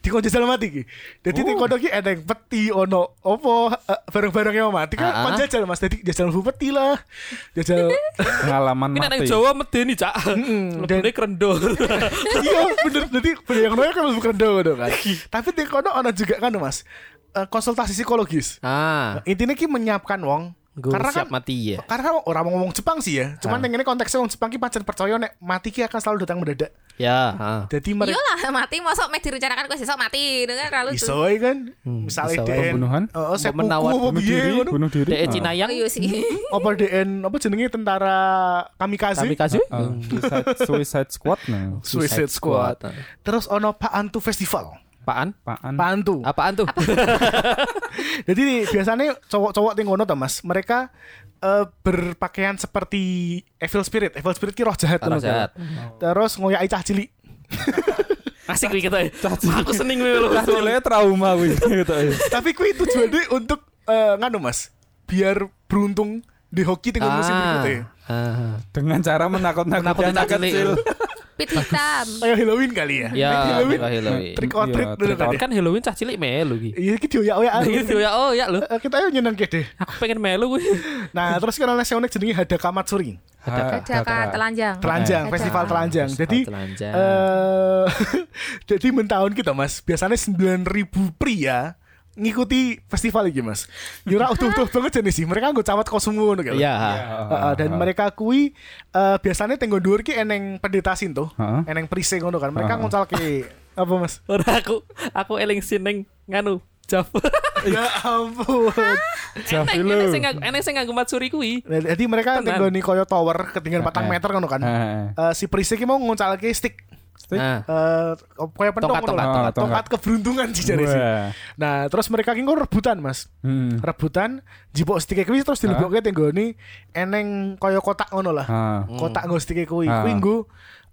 Speaker 2: dikonco jajal mati ki. Jadi
Speaker 1: Oh.
Speaker 2: ning kono ki eneng peti ono opo eh, barang-barang yang mati kan
Speaker 1: Ah.
Speaker 2: kon jajal Mas. Jadi jajal bu peti lah. Jajal
Speaker 3: Pengalaman
Speaker 1: Ini nang
Speaker 3: mati.
Speaker 1: Jawa medeni, Cak.
Speaker 2: Mm-mm. Dan-
Speaker 1: Lebih kerendol.
Speaker 2: iya bener jadi bener yang noya kan harus berkedok gitu kan.
Speaker 1: Iya.
Speaker 2: Tapi di kono ono juga kan Mas eh, konsultasi psikologis.
Speaker 1: Ah,
Speaker 2: Intinya ki menyiapkan wong
Speaker 1: gue
Speaker 2: karena
Speaker 1: siap
Speaker 2: kan
Speaker 1: mati ya.
Speaker 2: Karena kan orang ngomong Jepang sih ya. Cuman yang ini konteksnya orang Jepang ki pancen percaya nek mati ki akan selalu datang mendadak.
Speaker 1: Ya, ah.
Speaker 2: Jadi mereka
Speaker 4: Iya lah mati. Masa mek direncanakan gue sesok mati. Itu kan terlalu tuh.
Speaker 2: isoy kan. Misalnya
Speaker 1: isoy.
Speaker 2: Oh, DN
Speaker 3: Pembunuhan?
Speaker 2: Heeh, seppuku
Speaker 1: Menawat,
Speaker 2: apa
Speaker 3: bunuh
Speaker 2: piye
Speaker 3: diri,
Speaker 2: ngono.
Speaker 3: bunuh diri.
Speaker 1: Dek
Speaker 3: Ah.
Speaker 1: Cinayang
Speaker 4: Iya sih.
Speaker 2: Apa DN apa jenenge tentara kamikaze?
Speaker 1: kami kasih
Speaker 3: Ah, suicide, suicide squad nah.
Speaker 2: Suicide Squad. Hmm. Terus ono Pak Antu Festival.
Speaker 1: Apaan?
Speaker 3: Apaan?
Speaker 2: Pak Antu.
Speaker 1: Apaan tuh?
Speaker 2: Jadi biasanya cowok-cowok tinggal ngono to, Mas. Mereka eh, berpakaian seperti evil spirit. Evil spirit ki roh jahat
Speaker 1: Roh
Speaker 2: ngono kan.
Speaker 1: jahat.
Speaker 2: Terus ngoyak cah cilik.
Speaker 1: Asik wih kita. Aku seneng wih lu.
Speaker 3: Soalnya trauma wih gitu.
Speaker 2: Tapi kui tujuannya untuk eh, nganu Mas, biar beruntung di hoki tinggal musim
Speaker 1: Ah.
Speaker 2: berikutnya.
Speaker 3: Dengan cara menakut-nakuti anak kecil. Nah,
Speaker 4: Pit hitam.
Speaker 2: Kayak Halloween kali ya.
Speaker 1: Ya,
Speaker 2: Kayak Halloween.
Speaker 1: kayak Halloween.
Speaker 2: Trick or treat
Speaker 3: Iya,
Speaker 2: dulu
Speaker 3: trick
Speaker 2: kan.
Speaker 3: or
Speaker 2: ya.
Speaker 1: Kan Halloween cah cilik melu ki.
Speaker 2: Iya, kita ya ya.
Speaker 1: Gitu ya, oh ya lu.
Speaker 2: Eh, Kita ayo nyenang ke deh.
Speaker 1: Aku pengen melu wih.
Speaker 2: Nah, terus kan oleh Seonek jenenge Hadaka Matsuri.
Speaker 3: Hadaka.
Speaker 4: Hadaka telanjang.
Speaker 2: Telanjang,
Speaker 4: Ada.
Speaker 2: festival telanjang.
Speaker 1: Festival
Speaker 2: Jadi
Speaker 1: telanjang.
Speaker 2: eh jadi mentahun kita mas. Biasanya 9.000 pria ya, ngikuti festival ini mas. Yura utuh-utuh banget jenis sih. Mereka nggak camat kosumu gitu.
Speaker 1: Iya.
Speaker 3: Ah,
Speaker 2: Heeh, dan mereka kui eh, biasanya tenggo dhuwur ki eneng pendetasin tuh.
Speaker 3: Heeh.
Speaker 2: Eneng prise ngono kan. Mereka nguncalke apa mas?
Speaker 1: Ora aku aku eling sineng nganu Jav.
Speaker 2: ya ampun.
Speaker 1: Enek enek sing aku enek sing aku matsuri kuwi.
Speaker 2: Nah, Jadi mereka
Speaker 1: Tenan.
Speaker 2: tenggo ni koyo tower ketinggian patang meter ngono kan. Eh, si prise ki mau nguncalke stick
Speaker 1: Nah,
Speaker 2: eh kayak pentok
Speaker 1: Tongkat,
Speaker 2: ngono
Speaker 1: tongkat,
Speaker 2: lah.
Speaker 3: tongkat,
Speaker 2: tongkat keberuntungan sih jare sih. Nah, terus mereka ki ngono rebutan, Mas.
Speaker 3: Hmm.
Speaker 2: Rebutan jipok stike kuwi terus dilebokke tenggo ni eneng koyo kotak ngono lah.
Speaker 3: Ah.
Speaker 1: Hmm.
Speaker 2: Kotak nggo stike kuwi.
Speaker 3: Ah.
Speaker 2: Kuwi nggo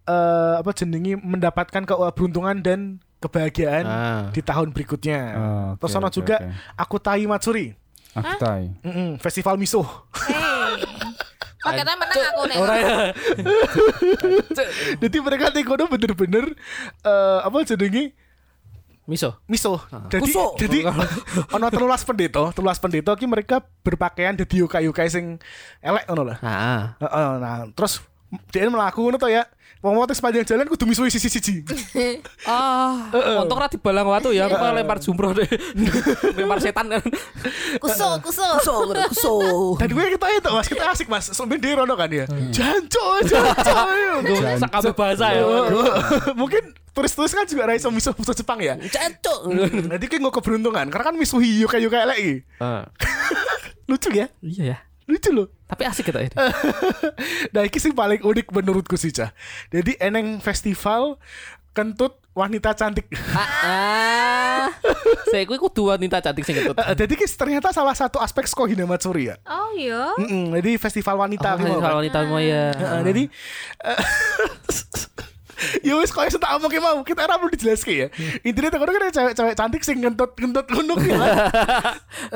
Speaker 2: eh, apa jenengi mendapatkan keberuntungan dan kebahagiaan
Speaker 1: Ah.
Speaker 2: di tahun berikutnya.
Speaker 3: Oh, oke,
Speaker 2: Ya. terus ono
Speaker 3: oke,
Speaker 2: juga
Speaker 3: oke.
Speaker 2: aku tai matsuri.
Speaker 3: Aku tai.
Speaker 2: Mm-mm, festival miso.
Speaker 4: Hei. Oh, kata menang aku nih.
Speaker 1: ora ya.
Speaker 2: Jadi mereka tenggo ni bener-bener eh, apa jenengi
Speaker 1: Miso.
Speaker 2: miso. Jadi
Speaker 1: Kusuk.
Speaker 2: jadi ono telulas pendeta, telulas pendeta ki mereka berpakaian dadi yukai-yukai sing elek ngono lah.
Speaker 1: Heeh.
Speaker 2: Heeh, nah terus dia melaku ngono to ya. Wong wong sepanjang jalan kudu misuhi siji-siji.
Speaker 1: Ah, untung ra dibalang watu ya, aku lempar jumroh deh. lempar setan.
Speaker 4: Kusuk, kusuk.
Speaker 2: Dan gue kita itu Mas, kita asik Mas. Sampai dia rono kan ya. Jancoy, jancoy.
Speaker 1: Sakabe bahasa ya.
Speaker 2: Mungkin turis-turis kan juga raiso miso miso Jepang ya. Jancoy. Nanti kan gue keberuntungan karena kan misuhi yukai-yukai elek iki.
Speaker 1: Eh,
Speaker 2: Lucu ya?
Speaker 1: Iya ya.
Speaker 2: Lucu loh.
Speaker 1: Tapi asik kita ini.
Speaker 2: nah ini sih paling unik menurutku sih Cah jadi eneng festival kentut wanita cantik
Speaker 1: Ah. Saya kuwi kudu wanita cantik sing ketut.
Speaker 2: Eh, jadi ini ternyata salah satu aspek Sko Hina Matsuri ya
Speaker 4: Oh iya.
Speaker 2: Mm-mm, jadi festival wanita gitu
Speaker 1: Kalau
Speaker 2: kan.
Speaker 1: Oh, wanita mau ya.
Speaker 2: Heeh, jadi eh, Ya wis kok tak omong mau kita ora perlu dijelaske ya. Intinya tekan kan ada cewek-cewek cantik sing ngentut-ngentut lunuk ya. kan.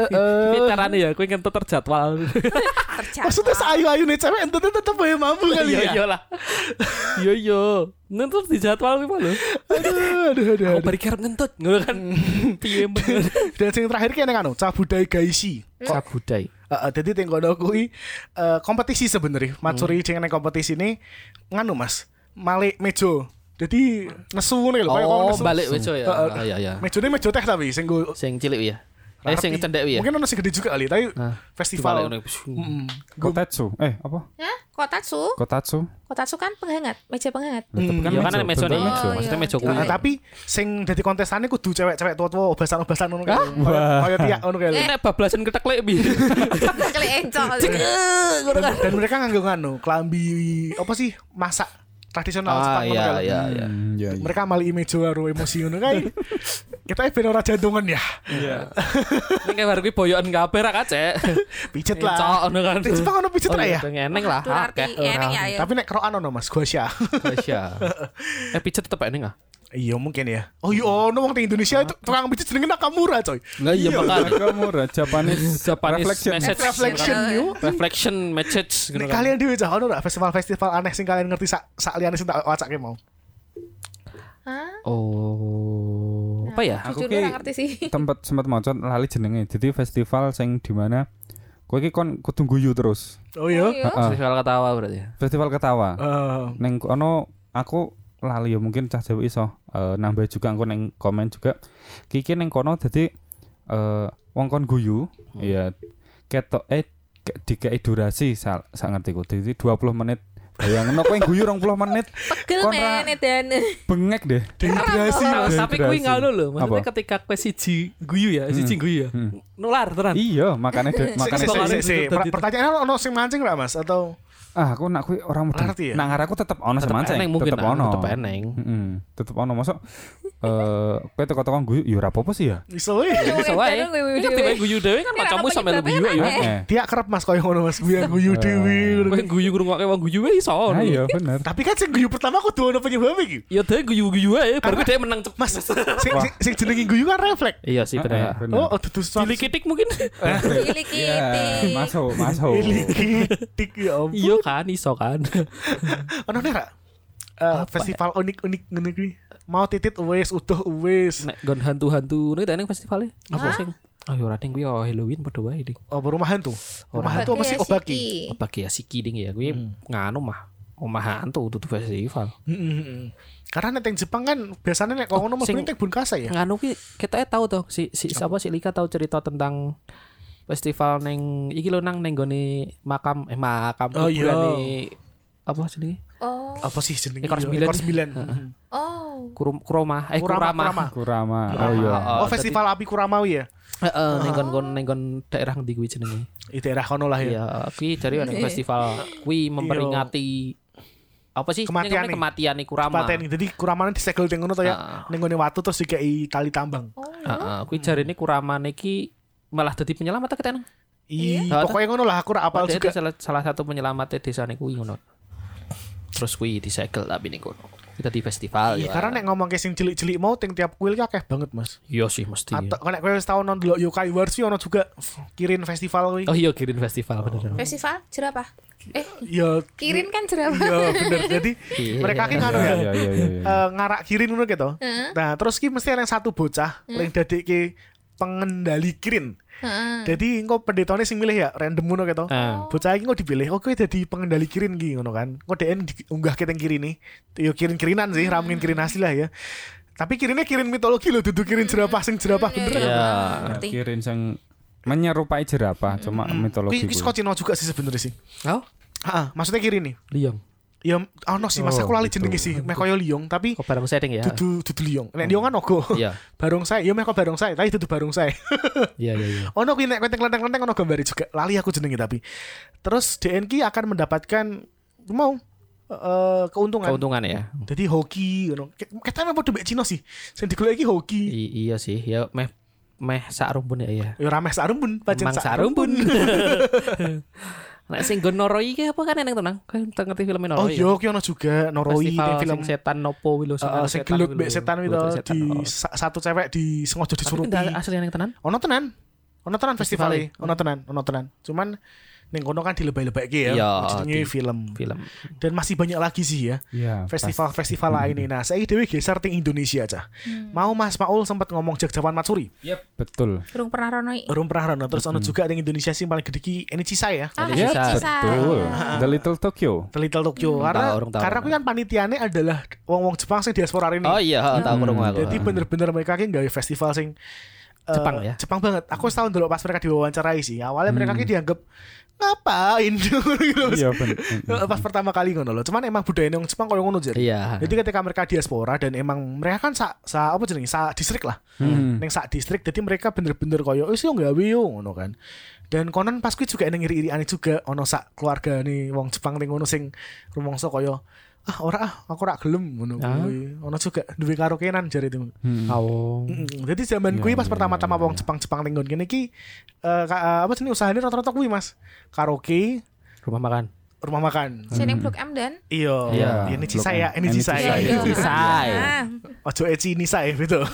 Speaker 1: Tapi caranya ya, kuwi ngentut terjadwal.
Speaker 4: Terjatuh.
Speaker 2: Maksudnya sayu-ayu nih cewek entutnya tetep aja mampu kali
Speaker 1: Iya
Speaker 2: ya.
Speaker 1: iya lah. Iya iya. Ngentut dijadwal kuwi lho.
Speaker 2: Aduh Hmm. aduh aduh.
Speaker 1: Aku
Speaker 2: aduh.
Speaker 1: bari kerep ngentut ngono kan. Piye bener.
Speaker 2: Dan sing terakhir ki eneng anu, Cabudai Gaishi.
Speaker 1: Sabudai.
Speaker 2: Uh, jadi tenggono kui uh, kompetisi sebenarnya.
Speaker 1: Hmm.
Speaker 2: Matsuri sing neng kompetisi ini nganu Mas, malik mejo. Jadi nesu nih lho, kayak orang
Speaker 1: Oh,
Speaker 2: nesu.
Speaker 1: balik weco ya.
Speaker 2: Heeh.
Speaker 1: Ah, Iya iya.
Speaker 2: Mejone mejo teh tapi sing nggo-
Speaker 1: Sing cilik ya. Eh sing
Speaker 2: rapi.
Speaker 1: cendek ya.
Speaker 2: Mungkin ono sing gede juga kali, tapi
Speaker 1: Nah,
Speaker 2: festival.
Speaker 1: dibalik ngono. Iya,
Speaker 2: Mm-mm.
Speaker 3: Kotatsu. Eh, apa?
Speaker 4: Ya, kotatsu.
Speaker 3: Kotatsu.
Speaker 4: Kotatsu kan penghangat, meja penghangat.
Speaker 3: Lah, tapi
Speaker 1: Ya kan ada meja
Speaker 3: meja,
Speaker 1: nih.
Speaker 3: bentuk meja.
Speaker 4: Oh, iya.
Speaker 1: Maksudnya meja kuwi.
Speaker 2: Nah, tapi sing dadi kontestannya kudu cewek-cewek tua-tua obasan-obasan ngono kae. Kayak tiak ngono kae lho.
Speaker 1: Nek Eh, bablasan Ah, keteklek
Speaker 2: Nah,
Speaker 1: piye?
Speaker 4: Kali encok. kan?
Speaker 2: Dan, dan mereka nganggo nganu klambi apa sih? Masak
Speaker 1: Ah
Speaker 2: tradisional Jepang ngono
Speaker 1: iya
Speaker 2: kae
Speaker 1: iya
Speaker 2: lho.
Speaker 1: iya.
Speaker 3: Hmm, iya, iya.
Speaker 2: Mereka mali imejo karo emosi ngono kae. Kita ben ora jantungan ya.
Speaker 1: Ning kayak baru kuwi boyokan kabeh ra kacek.
Speaker 2: Pijet
Speaker 1: Encok,
Speaker 2: lah.
Speaker 1: ngono kan.
Speaker 2: Di Jepang ono
Speaker 1: Oh,
Speaker 2: pijet ra
Speaker 1: iya,
Speaker 2: ya?
Speaker 1: Ngeneng lah.
Speaker 4: Tuh arti
Speaker 1: akeh.
Speaker 4: eneng ya. ayo.
Speaker 2: Tapi nek keroan ono Mas, gua sya.
Speaker 1: Masya. Eh pijet tetep eneng ah.
Speaker 2: Iya mungkin ya. Oh iya ono wong teng Indonesia itu tukang pijet jenenge Nakamura coy.
Speaker 1: Lah iya bakal
Speaker 3: Nakamura, Japanese,
Speaker 1: Japanese
Speaker 3: reflection.
Speaker 1: message.
Speaker 2: Reflection you.
Speaker 1: reflection message
Speaker 2: Nek
Speaker 1: gitu kan.
Speaker 2: kalian dhewe cah ono nggak festival-festival aneh sing kalian ngerti sak sak liyane sing tak wacake mau.
Speaker 4: Hah?
Speaker 1: Oh, apa ya?
Speaker 3: Aku
Speaker 4: Jujur
Speaker 3: ki-
Speaker 4: gue nggak ngerti sih.
Speaker 2: Oh,
Speaker 3: tempat sempat mocot lali jenenge. Jadi festival sing di mana kowe iki kon kudu guyu terus.
Speaker 2: Oh iya.
Speaker 4: Iya.
Speaker 3: Heeh.
Speaker 1: Festival ketawa berarti. ya?
Speaker 3: Festival ketawa.
Speaker 2: Eh,
Speaker 3: Neng kono aku lali ya mungkin cah Jawa iso eh, nambah juga aku neng komen juga. Kiki neng kono jadi eh wong kon guyu
Speaker 2: Hmm.
Speaker 3: ya ketok eh ke- dikai durasi sak sak ngertiku. Jadi 20 menit. Bayangno kowe guyu 20 menit
Speaker 4: Pegel
Speaker 3: Kontra-
Speaker 4: men Edan.
Speaker 2: Ya,
Speaker 3: bengek deh.
Speaker 2: dehidrasi.
Speaker 1: Tapi- Tapi
Speaker 3: Dehidrasi.
Speaker 1: kuwi ngono lho, maksudnya
Speaker 3: Apa? Hmm.
Speaker 1: ketika kowe siji guyu ya, siji guyu ya. Nular tenan.
Speaker 3: Iya, makanya de- makanya
Speaker 1: sik.
Speaker 2: Makane pertanyaannya ono sing mancing ra Mas atau
Speaker 3: ah aku nak kuwi orang mudeng.
Speaker 2: Ngerti ya?
Speaker 3: Nak ngarep aku tetep ono
Speaker 1: Tetep
Speaker 3: semancing,
Speaker 1: eneng mungkin
Speaker 3: tetep
Speaker 1: ah,
Speaker 3: ono.
Speaker 1: tetep eneng.
Speaker 3: Heeh, tetep ono mosok eh kowe teko-teko guyu ya ora apa-apa sih ya.
Speaker 2: iso eh? wae.
Speaker 4: Iya.
Speaker 1: Bisa wae.
Speaker 4: Edan, guyu
Speaker 1: Ini
Speaker 4: dhewe.
Speaker 1: dhewe guyu dhewe kan
Speaker 4: Ini
Speaker 1: macammu
Speaker 4: kenapa
Speaker 1: sampe lu
Speaker 4: nyebabnya
Speaker 1: guyu ayo.
Speaker 4: aneh?
Speaker 3: Heeh.
Speaker 2: Dia kerep Mas koyo ngono Mas, biar guyu dhewe. ngono.
Speaker 1: Kowe guyu ngrungokke wong guyu wis iso.
Speaker 3: Nah, iya bener.
Speaker 2: Tapi kan sing guyu pertama kudu ono penyebab iki.
Speaker 1: Ya dhewe guyu-guyu ae, baru kuwi dhewe menang. cep.
Speaker 2: Mas, sing sing- sing jenenge guyu kan refleks.
Speaker 1: Iya sih
Speaker 3: Heeh,
Speaker 1: bener.
Speaker 3: Ah, bener.
Speaker 2: Oh, dudu suatu-
Speaker 1: Dilikitik mungkin.
Speaker 4: Miliki.
Speaker 3: Iya,
Speaker 2: Ya,
Speaker 3: masuk, masuk.
Speaker 2: Likitik ya ampun.
Speaker 1: Iya kan, iso kan.
Speaker 2: Ono nek ra? Eh, festival unik-unik ngene kuwi. Mau titit wis, utuh wis.
Speaker 1: Nek gon hantu-hantu nek teneng festivale. Apa sing? Oh, yo rating kuwi oh Halloween padha wae ding.
Speaker 2: Oh, perumahan tuh. Perumahan tuh apa sih
Speaker 4: Bakti
Speaker 2: obaki?
Speaker 4: Yasiki.
Speaker 1: Bagi ya siki ding ya kuwi nganu mah omah hantu tutu festival.
Speaker 2: Mm-mm. Hmm, Karena nek teng Jepang kan biasanya nek kono mesti
Speaker 1: Oh, sing- Hmm.
Speaker 2: teng Bunkasa ya.
Speaker 1: Nganu kuwi anu kita tahu toh si si siapa si Lika tahu cerita tentang festival neng iki lho nang neng gone makam eh makam
Speaker 2: Oh, iya.
Speaker 1: kuburane- apa jenenge?
Speaker 4: Oh,
Speaker 2: Apa sih jenenge?
Speaker 1: Ekor
Speaker 2: Iya,
Speaker 1: sembilan.
Speaker 2: Ekor sembilan. Mm.
Speaker 4: oh.
Speaker 1: Kurum, kuroma eh
Speaker 2: Kurama,
Speaker 1: kurama.
Speaker 2: Kurama.
Speaker 3: Kurama. Oh iya.
Speaker 2: Oh, festival api Kuramawi ya?
Speaker 1: Heeh, ning kon ning kon daerah ndi kuwi jenenge.
Speaker 2: Di daerah kono lah ya.
Speaker 1: Iya, kuwi dari ana festival kuwi memperingati apa sih
Speaker 2: Iya. Kematian nih.
Speaker 1: kematian Kurama.
Speaker 2: Paten. Jadi Kuramane disegel teng kono to ya.
Speaker 1: Ah.
Speaker 2: Ning gone watu terus dikai tali tambang.
Speaker 4: oh ya.
Speaker 1: Heeh, kuwi jarine Kurama niki malah dadi penyelamat ta keteng.
Speaker 2: Ih,
Speaker 1: Ah,
Speaker 2: pokoknya ngono lah aku ra apal
Speaker 1: Padahal
Speaker 2: juga.
Speaker 1: salah, salah satu penyelamat desa niku kuwi ngono. Terus kuwi disegel tapi ning kono. Kita di festival ya.
Speaker 2: Iya, karena nek ngomong ke sing cilik-cilik mau teng tiap kuil ki akeh banget, Mas.
Speaker 1: Iya sih mesti.
Speaker 2: Atau kalau kowe wis tau nonton delok Yokai Wars sih ono juga kirin festival kuwi.
Speaker 1: Oh iya kirim festival
Speaker 2: Oh.
Speaker 1: bener.
Speaker 4: Festival jerapah. Eh,
Speaker 2: Iya,
Speaker 4: kirin kan jerapah.
Speaker 2: iya bener. Jadi
Speaker 1: Iya.
Speaker 2: mereka ki ngono ya.
Speaker 3: Iya iya iya. iya.
Speaker 2: eh, ngarak kirin ngono gitu. Nah, terus ki mesti ada yang satu bocah yang dadik ki pengendali kirin.
Speaker 4: Heeh.
Speaker 2: Jadi engko pendetone sing milih ya random ngono gitu.
Speaker 1: Heeh.
Speaker 2: Bocah iki engko dipilih, "Oke, jadi pengendali kirin ki ngono kan." Engko DN diunggah ke teng kiri nih. Yo kirin-kirinan sih, ra mungkin kirin asli lah ya. Tapi kirinnya kirin mitologi loh, duduk kirin jerapah sing jerapah bener.
Speaker 1: Iya.
Speaker 4: Ngerti.
Speaker 3: Kirin sing menyerupai jerapah cuma
Speaker 2: Hmm.
Speaker 3: mitologi.
Speaker 2: Kuwi kuwi saka Cina juga sih sebenarnya sih.
Speaker 1: Oh,
Speaker 2: Heeh, maksudnya kirin nih.
Speaker 1: Liang.
Speaker 2: Ya ono sih, Mas
Speaker 3: Oh,
Speaker 2: aku lali
Speaker 3: gitu.
Speaker 2: jenenge sih, meh koyo liong, tapi
Speaker 1: Kok barang setting ya?
Speaker 2: dudu dudu liong. Nek liong kan ogo.
Speaker 1: Iya.
Speaker 2: Barongsai, ya meh kok barongsai, tapi dudu barongsai.
Speaker 1: Iya iya iya.
Speaker 2: ono kuwi nek kenteng klenteng-klenteng ono gambare juga. Lali aku jenenge tapi. Terus DNK akan mendapatkan mau eh, keuntungan.
Speaker 1: Keuntungan ya.
Speaker 2: Jadi hoki ngono. Ke- Kita memang podo mbek Cina sih. Sing digoleki hoki.
Speaker 1: I- iya sih, ya meh meh sarumpun ya iya.
Speaker 2: Ya ora meh sarum pun, pancen
Speaker 1: Mang
Speaker 2: sarum
Speaker 1: sarumpun.
Speaker 2: pun.
Speaker 1: Nek sing nggon Noroi ki apa kan eneng tenang. Kan ngerti film Noroi.
Speaker 2: Oh
Speaker 1: ya?
Speaker 2: iya, ki ono juga
Speaker 1: Festival
Speaker 2: Noroi ning
Speaker 1: film
Speaker 2: film
Speaker 1: setan nopo wilo
Speaker 2: eh, eh, sing gelut mbek setan itu di sa- satu cewek di sengaja disurupi.
Speaker 1: oh. asli eneng tenan.
Speaker 2: Ono tenan. Ono tenan
Speaker 1: Festivale.
Speaker 2: festivalnya, ono tenan, ono tenan. Cuman ning kono kan dilebay-lebakke ya.
Speaker 1: Iya,
Speaker 2: Jenenge
Speaker 1: di-
Speaker 2: film.
Speaker 1: Film.
Speaker 2: Dan masih banyak lagi sih ya.
Speaker 3: Iya.
Speaker 2: festival-festival lain nih. Nah, saya dewe geser ting Indonesia aja. Mau Mas Maul sempat ngomong Jogjawan Matsuri.
Speaker 3: pas- Yep, betul.
Speaker 4: Burung pernah ronoi.
Speaker 2: Belum pernah Rono. Terus ono juga ting Indonesia sih yang paling gede ki ini Cisai ya.
Speaker 4: Ah,
Speaker 1: Ada
Speaker 3: Iya,
Speaker 1: sisa.
Speaker 3: betul. The Little Tokyo.
Speaker 2: The Little Tokyo.
Speaker 1: Hmm,
Speaker 2: karena
Speaker 1: Tahu, orang tahu.
Speaker 2: karena kuwi kan panitiane adalah wong-wong Jepang sing diaspora ini.
Speaker 1: Oh iya, oh, tahu kurang aku.
Speaker 2: Jadi bener-bener mereka ki nggawe festival sing eh,
Speaker 1: Jepang ya? Hmm.
Speaker 2: Jepang banget. Aku setahun dulu pas mereka diwawancarai sih. Awalnya mereka ki dianggap ngapain gitu.
Speaker 3: Iya, bener.
Speaker 2: pas pertama kali ngono loh. Cuman emang budaya yang Jepang kalau ngono jadi.
Speaker 1: Iya.
Speaker 2: Jadi ketika mereka diaspora dan emang mereka kan sa, sa apa jenenge sa distrik lah.
Speaker 3: Hmm.
Speaker 2: Neng sa distrik jadi mereka bener-bener koyo wis yo gawe yo ngono kan. Dan konon pas kuwi juga ning iri aneh juga ono sak keluarga nih wong Jepang ning ngono sing rumangsa koyo ah ora ah aku ora gelem ngono
Speaker 3: Ah.
Speaker 2: kuwi. Ono juga duwe karokenan jare itu.
Speaker 3: Hmm.
Speaker 1: Oh.
Speaker 2: Mm-mm. Jadi zaman
Speaker 3: Iya,
Speaker 2: kuwi pas pertama-tama wong Jepang-Jepang ning ngono kene iki eh, ka- eh, apa jenenge usahane rata-rata kuwi Mas. Karaoke,
Speaker 1: Rumah makan.
Speaker 2: rumah makan.
Speaker 4: Sini Blok M dan.
Speaker 2: Iya,
Speaker 3: Iya.
Speaker 2: ini saya, ini
Speaker 3: Ini
Speaker 2: saya.
Speaker 3: Cisai.
Speaker 4: Iya.
Speaker 1: Cisai.
Speaker 4: Ah,
Speaker 2: Ojo Eci Nisai betul.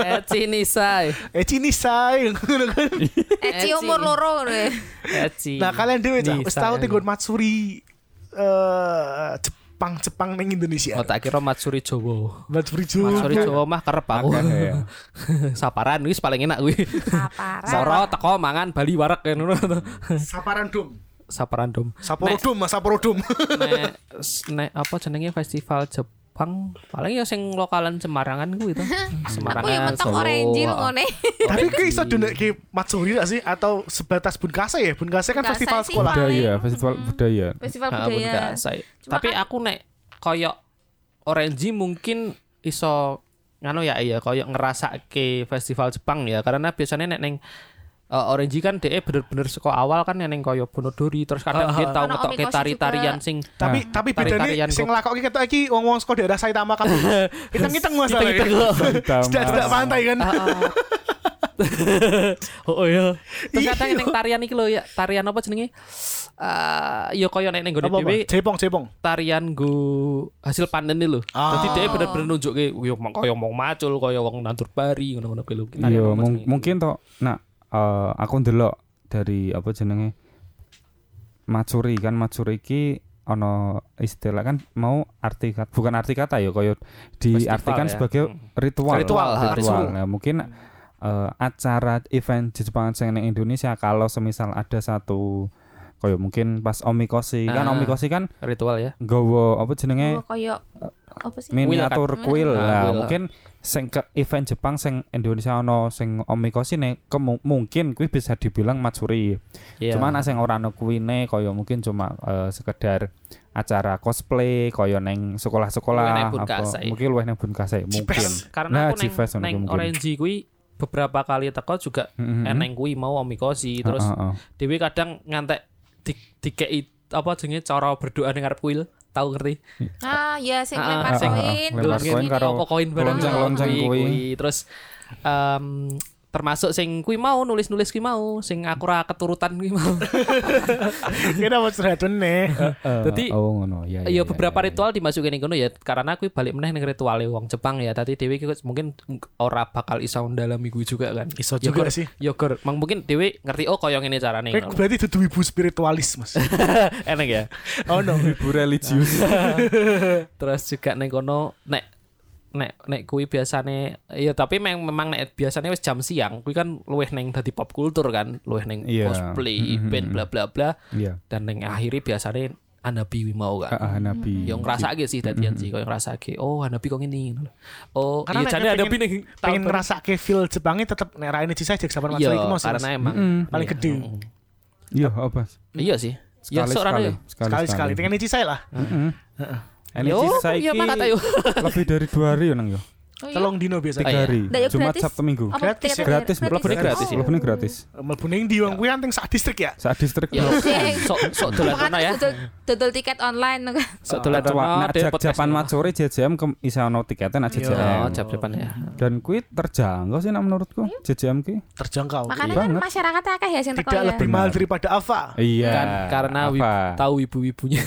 Speaker 1: Eh sini say.
Speaker 2: Eci Nisai ngono kan.
Speaker 4: Eci
Speaker 1: Eci.
Speaker 4: umur Eh, loro ngono ya.
Speaker 1: Eh sini.
Speaker 2: Nah kalian dewe cak, wis
Speaker 1: Nisai.
Speaker 2: tau tinggon Matsuri eh Jepang Jepang ning Indonesia.
Speaker 1: Oh tak kira Matsuri Jowo.
Speaker 2: Matsuri juga.
Speaker 1: Matsuri Jowo mah kerep aku.
Speaker 3: Makan ya.
Speaker 1: Saparan wis paling enak kuwi.
Speaker 4: Aparan.
Speaker 1: Soro teko mangan Bali warek kan
Speaker 2: Saparan Dum.
Speaker 1: Saparan dom.
Speaker 2: Sapporo Dum, Mas Sapporo Dum.
Speaker 1: nek s- nek apa jenenge festival Jepang paling ya sing lokalan Semarangan kuwi to. Semarangan.
Speaker 4: Aku yang mentok
Speaker 1: Solo.
Speaker 4: orange ngone.
Speaker 2: Tapi ki iso denekke Matsuri gak sih atau sebatas Bunkasa ya? Bunkasa kan
Speaker 4: Bunkasa
Speaker 2: festival
Speaker 4: sih.
Speaker 1: Nah,
Speaker 2: sekolah.
Speaker 3: Budaya, festival budaya.
Speaker 4: Festival
Speaker 1: Ah, pun
Speaker 4: budaya.
Speaker 1: gak say.
Speaker 4: Cuma
Speaker 1: Tapi
Speaker 4: kan-
Speaker 1: aku nek koyok orange mungkin iso ngano ya iya koyok ngerasake festival Jepang ya karena biasanya nek neng eh, Orange kan DE bener-bener saka awal kan neng koyo Bonodori terus kadang dia tau
Speaker 4: Ono
Speaker 1: ngetokke
Speaker 4: Omikoshi
Speaker 1: tari-tarian
Speaker 4: juga.
Speaker 1: sing
Speaker 2: Tapi tapi bedane
Speaker 1: Tari-tarian
Speaker 2: sing
Speaker 1: kok.
Speaker 2: nglakokke ketok iki wong-wong saka daerah Saitama kan. Hiteng-hiteng Mas.
Speaker 1: Hiteng-hiteng kok. Ah,
Speaker 2: Sudah-sudah pantai kan.
Speaker 1: Oh, oh ya. Terus kadang neng tarian iki lho ya tarian apa jenenge? Eh ya koyo nek neng gone
Speaker 2: Apa apa?
Speaker 1: dhewe
Speaker 2: Jepong Jepong.
Speaker 1: tarian go hasil panen lho.
Speaker 2: Ah.
Speaker 1: Jadi dia bener-bener nunjukke yo koyo wong macul, koyo wong nandur pari ngono-ngono kuwi lho. Tarian
Speaker 3: Iya,
Speaker 1: apa
Speaker 3: mung-
Speaker 1: jenenge?
Speaker 3: mungkin toh. Nah, eh, aku ndelok dari apa jenenge Matsuri kan Matsuri iki ono istilah kan mau arti kata, bukan arti kata ya koyo diartikan
Speaker 1: ya.
Speaker 3: sebagai ritual.
Speaker 1: Ritual, ha,
Speaker 3: Ritual.
Speaker 1: ritual.
Speaker 3: Nah, mungkin eh, acara event di Jepang sing ning Indonesia kalau semisal ada satu koyo mungkin pas omikosi kan
Speaker 1: Ah.
Speaker 3: omikosi kan
Speaker 1: ritual ya
Speaker 3: nggawa apa jenenge
Speaker 4: Oh, koyo apa sih?
Speaker 3: miniatur
Speaker 4: kan?
Speaker 1: Ah,
Speaker 3: kuil lah
Speaker 1: kuil.
Speaker 3: mungkin sing ke event Jepang sing Indonesia ono sing omikoshi ne kemu- mungkin kuwi bisa dibilang matsuri
Speaker 1: Iya.
Speaker 3: cuman nek sing ora ono kuwi ne kaya mungkin cuma eh, sekedar acara cosplay kaya
Speaker 1: Luwih
Speaker 3: neng
Speaker 1: neng
Speaker 3: sekolah-sekolah
Speaker 1: Bunkasai.
Speaker 3: mungkin luwih neng bunkasai mungkin
Speaker 2: Cipes.
Speaker 3: Nah,
Speaker 1: karena aku
Speaker 3: G-Fest
Speaker 1: neng,
Speaker 3: ono
Speaker 1: neng
Speaker 3: mungkin.
Speaker 1: orange kui beberapa kali teko juga
Speaker 3: Mm-mm.
Speaker 1: eneng kui mau omikosi terus
Speaker 3: Heeh, heeh.
Speaker 1: Dewi kadang ngantek di dikei apa jenenge cara berdoa ning ngarep kuil tahu ngerti
Speaker 4: Ah, ya sing
Speaker 1: Ah,
Speaker 4: lempar
Speaker 1: ah,
Speaker 3: ah, ah.
Speaker 4: koin,
Speaker 3: Lempar
Speaker 4: terus
Speaker 3: koin
Speaker 4: ini. Oh,
Speaker 3: karo-
Speaker 1: apa koin barang
Speaker 3: lonceng-lonceng
Speaker 1: kui,
Speaker 3: kui.
Speaker 1: kui. terus em, termasuk sing kui mau nulis-nulis kui mau sing aku ra keturutan kui mau
Speaker 2: Kira mau curhat nih.
Speaker 3: Eh,
Speaker 1: Dadi-
Speaker 3: oh ngono ya
Speaker 1: ya beberapa ritual dimasukin ning kono ya karena aku balik meneh ning ritual wong Jepang ya tadi Dewi ki mungkin ora bakal iso ndalami kui juga kan
Speaker 2: Iso juga
Speaker 1: Yogur-
Speaker 2: sih.
Speaker 1: yogur Mang mungkin Dewi ngerti oh koyo ngene carane
Speaker 2: Kayak Eh, berarti itu ibu spiritualis mas.
Speaker 1: enak ya
Speaker 2: Oh no.
Speaker 3: ibu religius
Speaker 1: terus juga neng kono nek nek nek kui biasane ya tapi memang memang nek biasane wis jam siang kui kan luwih neng dadi pop kultur kan luwih neng
Speaker 3: Iya.
Speaker 1: cosplay
Speaker 3: Mhm.
Speaker 1: event bla bla bla
Speaker 3: iya
Speaker 1: dan neng akhiri biasane Hanabi wi mau kan
Speaker 3: Ah, ah, nabi
Speaker 1: yang ngerasa aja sih tadi
Speaker 3: Mm-hmm.
Speaker 1: sih kau yang ngerasa aja oh Hanabi kok ini oh iya
Speaker 2: Karena nek
Speaker 1: jadi
Speaker 2: pengen-
Speaker 1: Hanabi neng
Speaker 2: Pengen
Speaker 1: tahun-
Speaker 2: ngerasa ke feel Jepangnya tetap nek raine sisa jek sabar
Speaker 1: iya
Speaker 2: masalah itu mas.
Speaker 1: karena emang
Speaker 3: Mm-mm.
Speaker 2: paling
Speaker 1: iya,
Speaker 2: gede.
Speaker 1: mm-mm.
Speaker 3: iya apa
Speaker 1: iya sih ya
Speaker 3: sekali
Speaker 1: seorang
Speaker 3: sekali kan
Speaker 1: ya
Speaker 2: sekali sekali. Pengen nih saya lah.
Speaker 3: Heeh. Ini
Speaker 1: Yo,
Speaker 3: sisa
Speaker 1: iya,
Speaker 3: iki
Speaker 1: makat, ayo.
Speaker 3: lebih dari dua hari ya nang yo.
Speaker 4: Oh, iya.
Speaker 2: Tolong dino biasa.
Speaker 1: Iya.
Speaker 3: Tiga hari.
Speaker 4: Nah, ya
Speaker 3: Jumat
Speaker 4: gratis.
Speaker 3: Sabtu Minggu.
Speaker 4: Apa
Speaker 2: Gratis
Speaker 4: tiga-
Speaker 2: ya?
Speaker 3: Gratis,
Speaker 4: tiga-
Speaker 3: mlebu
Speaker 1: Gratis.
Speaker 3: gratis,
Speaker 1: Oh.
Speaker 3: mlebu nih gratis.
Speaker 2: Melbuning di
Speaker 1: Iya.
Speaker 2: wong kuwi anteng sak distrik ya.
Speaker 3: Saat distrik
Speaker 1: ya sok sok dolan
Speaker 4: Bukan
Speaker 1: kono ya
Speaker 4: dodol- dodol tiket online kan?
Speaker 1: sok dolan kono
Speaker 3: Nah,
Speaker 1: deh, ah, podcast ya.
Speaker 3: japan Iya. matsore JJM ke isa ono tiketnya nak
Speaker 1: ini. oh
Speaker 3: JJM.
Speaker 1: jam depan ya
Speaker 3: Dan kuwi terjangkau sih nak menurutku JJM ki.
Speaker 2: Terjangkau.
Speaker 3: iya
Speaker 4: Makanya kan
Speaker 3: banget.
Speaker 4: masyarakat akeh ya sing teko
Speaker 2: Tidak
Speaker 4: ya.
Speaker 2: lebih mahal daripada Ava.
Speaker 3: Iya.
Speaker 1: kan karena wib-
Speaker 3: apa?
Speaker 1: tahu ibu-ibunya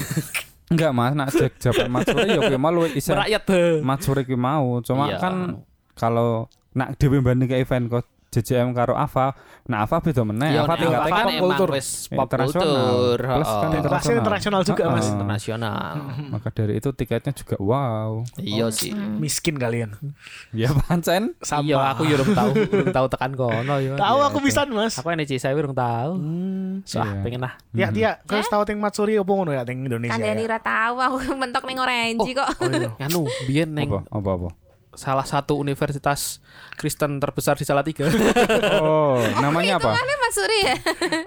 Speaker 3: Enggak Mas, nak jak- japan matsore yo kuwi mau luwih isa
Speaker 1: merakyat be.
Speaker 3: matsore kuwi mau. Cuma
Speaker 1: Iya.
Speaker 3: kan kalau nak dhewe banding ke event kok JJM karo Ava, nah Ava beda meneh.
Speaker 1: Ya,
Speaker 3: Ava
Speaker 1: nek
Speaker 3: tingkat
Speaker 1: Ava
Speaker 3: pop
Speaker 1: kan
Speaker 3: culture.
Speaker 1: emang wis pop
Speaker 3: Internasional.
Speaker 1: culture,
Speaker 3: Plus kan
Speaker 1: heeh.
Speaker 2: Dan kelasnya internasional juga mas.
Speaker 3: Heeh.
Speaker 1: internasional.
Speaker 3: Maka dari itu tiketnya juga wow.
Speaker 1: Iya sih.
Speaker 2: Miskin kalian.
Speaker 3: Ya pancen.
Speaker 1: Iya, aku yo urung tahu, urung tahu tekan kono yo.
Speaker 2: Tahu
Speaker 1: Iya,
Speaker 2: aku
Speaker 1: oke.
Speaker 2: bisa mas.
Speaker 1: Aku ini saya urung tahu. So, ah,
Speaker 3: Iya.
Speaker 1: pengen lah.
Speaker 2: Ya dia kau tahu ting Matsuri opo ngono ya ting Indonesia.
Speaker 4: Kan
Speaker 2: ya?
Speaker 4: ora tau aku mentok ning orange kok.
Speaker 1: Nganu, Anu, biyen
Speaker 3: Apa?
Speaker 1: neng
Speaker 3: Apa apa?
Speaker 1: salah satu universitas Kristen terbesar di Salatiga.
Speaker 3: Oh, namanya apa?
Speaker 4: Hitungannya Mas Suri ya.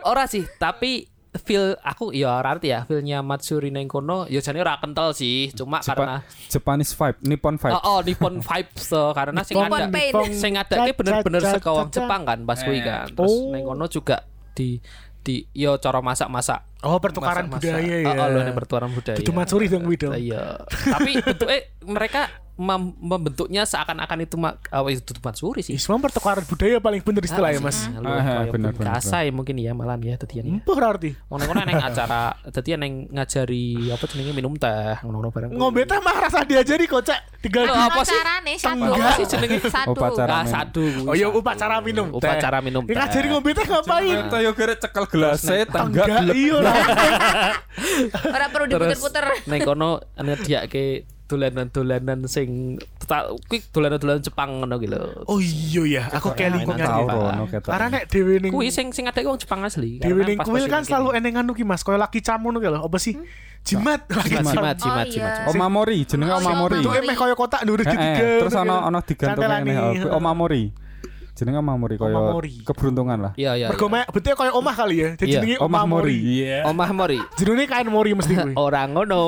Speaker 1: Ora sih, tapi feel aku ya ora ngerti ya feelnya Matsuri neng kono ya jane ora kental sih, cuma karena
Speaker 3: Japa- Japanese vibe, Nippon vibe.
Speaker 1: Oh, oh Nippon vibes so, karena sing
Speaker 4: Nippon
Speaker 1: ada
Speaker 4: pain.
Speaker 1: sing ada ki bener-bener saka wong Jepang kan pas kuwi kan. Terus
Speaker 2: Oh.
Speaker 1: neng kono juga di di yo cara masak-masak.
Speaker 2: Oh pertukaran
Speaker 1: Masak-masak.
Speaker 2: budaya ya.
Speaker 1: Oh, oh, lho, ini pertukaran budaya.
Speaker 2: Dudu Matsuri dong Wido.
Speaker 1: Iya. Tapi bentuknya mereka mem- membentuknya seakan-akan itu ma- oh, itu Dudu Matsuri sih. iya,
Speaker 2: Islam pertukaran budaya paling bener istilahnya ya, mas.
Speaker 1: Lalu,
Speaker 3: Ah,
Speaker 1: kayak
Speaker 3: bener,
Speaker 1: pun
Speaker 3: bener,
Speaker 1: ya, kasai mungkin ya malam ya tadian ya.
Speaker 2: Apa berarti?
Speaker 1: Wong neng kono neng acara tadian neng ngajari apa jenenge minum teh ngono-ngono bareng.
Speaker 2: Ngombe teh mah rasa diajari kocak tinggal
Speaker 1: Oh,
Speaker 2: di-
Speaker 1: apa sih?
Speaker 4: Pacarane satu.
Speaker 1: Apa sih jenenge?
Speaker 4: Satu.
Speaker 3: Upacara.
Speaker 1: Ah, sadu.
Speaker 2: Oh iya upacara minum teh.
Speaker 1: Upacara minum teh.
Speaker 2: Ngajari ngombe teh ngapain?
Speaker 3: Tayo gara cekel gelas
Speaker 2: Enggak iya lah.
Speaker 4: Ora perlu
Speaker 1: terus
Speaker 4: diputer-puter.
Speaker 1: neng kono nyediake dolanan-dolanan sing tak kuwi dolanan-dolanan Jepang ngono ki lho.
Speaker 2: Oh iya ya, aku keli kok
Speaker 1: enak
Speaker 2: ngerti.
Speaker 1: tau.
Speaker 2: Karena nek dewe ning
Speaker 1: Kuwi sing sing adek wong Jepang asli.
Speaker 2: dewe
Speaker 1: Karena
Speaker 2: ning
Speaker 1: pas
Speaker 2: kuil
Speaker 1: pas
Speaker 2: kan
Speaker 1: ini-
Speaker 2: selalu eneng anu ki Mas, koyo laki camu ngono ki lho. Apa sih? Jimat. Laki
Speaker 1: Hmm? jimat jimat
Speaker 2: camu.
Speaker 1: jimat
Speaker 4: Oh,
Speaker 1: jimat.
Speaker 4: iya.
Speaker 1: jimat.
Speaker 3: Omamori, jenenge
Speaker 4: Oh, iya,
Speaker 3: Omamori.
Speaker 4: Omamori.
Speaker 2: Bentuke meh koyo kotak ndure
Speaker 3: Eh, eh,
Speaker 2: tiga.
Speaker 3: terus ono ono digantungnya
Speaker 2: Cantelani.
Speaker 3: ini oh, kuwi Omamori. Jenenge Omamori koyo
Speaker 2: Omamori.
Speaker 3: keberuntungan lah.
Speaker 1: Iya iya.
Speaker 2: Mergo
Speaker 1: iya.
Speaker 2: me- bentuke koyo omah kali ya. Jadi
Speaker 1: Iya,
Speaker 2: jenenge omah
Speaker 3: Omamori.
Speaker 2: mori.
Speaker 3: Iya.
Speaker 1: Omah mori.
Speaker 2: Jenenge kain mori mesti kuwi.
Speaker 1: Ora ngono.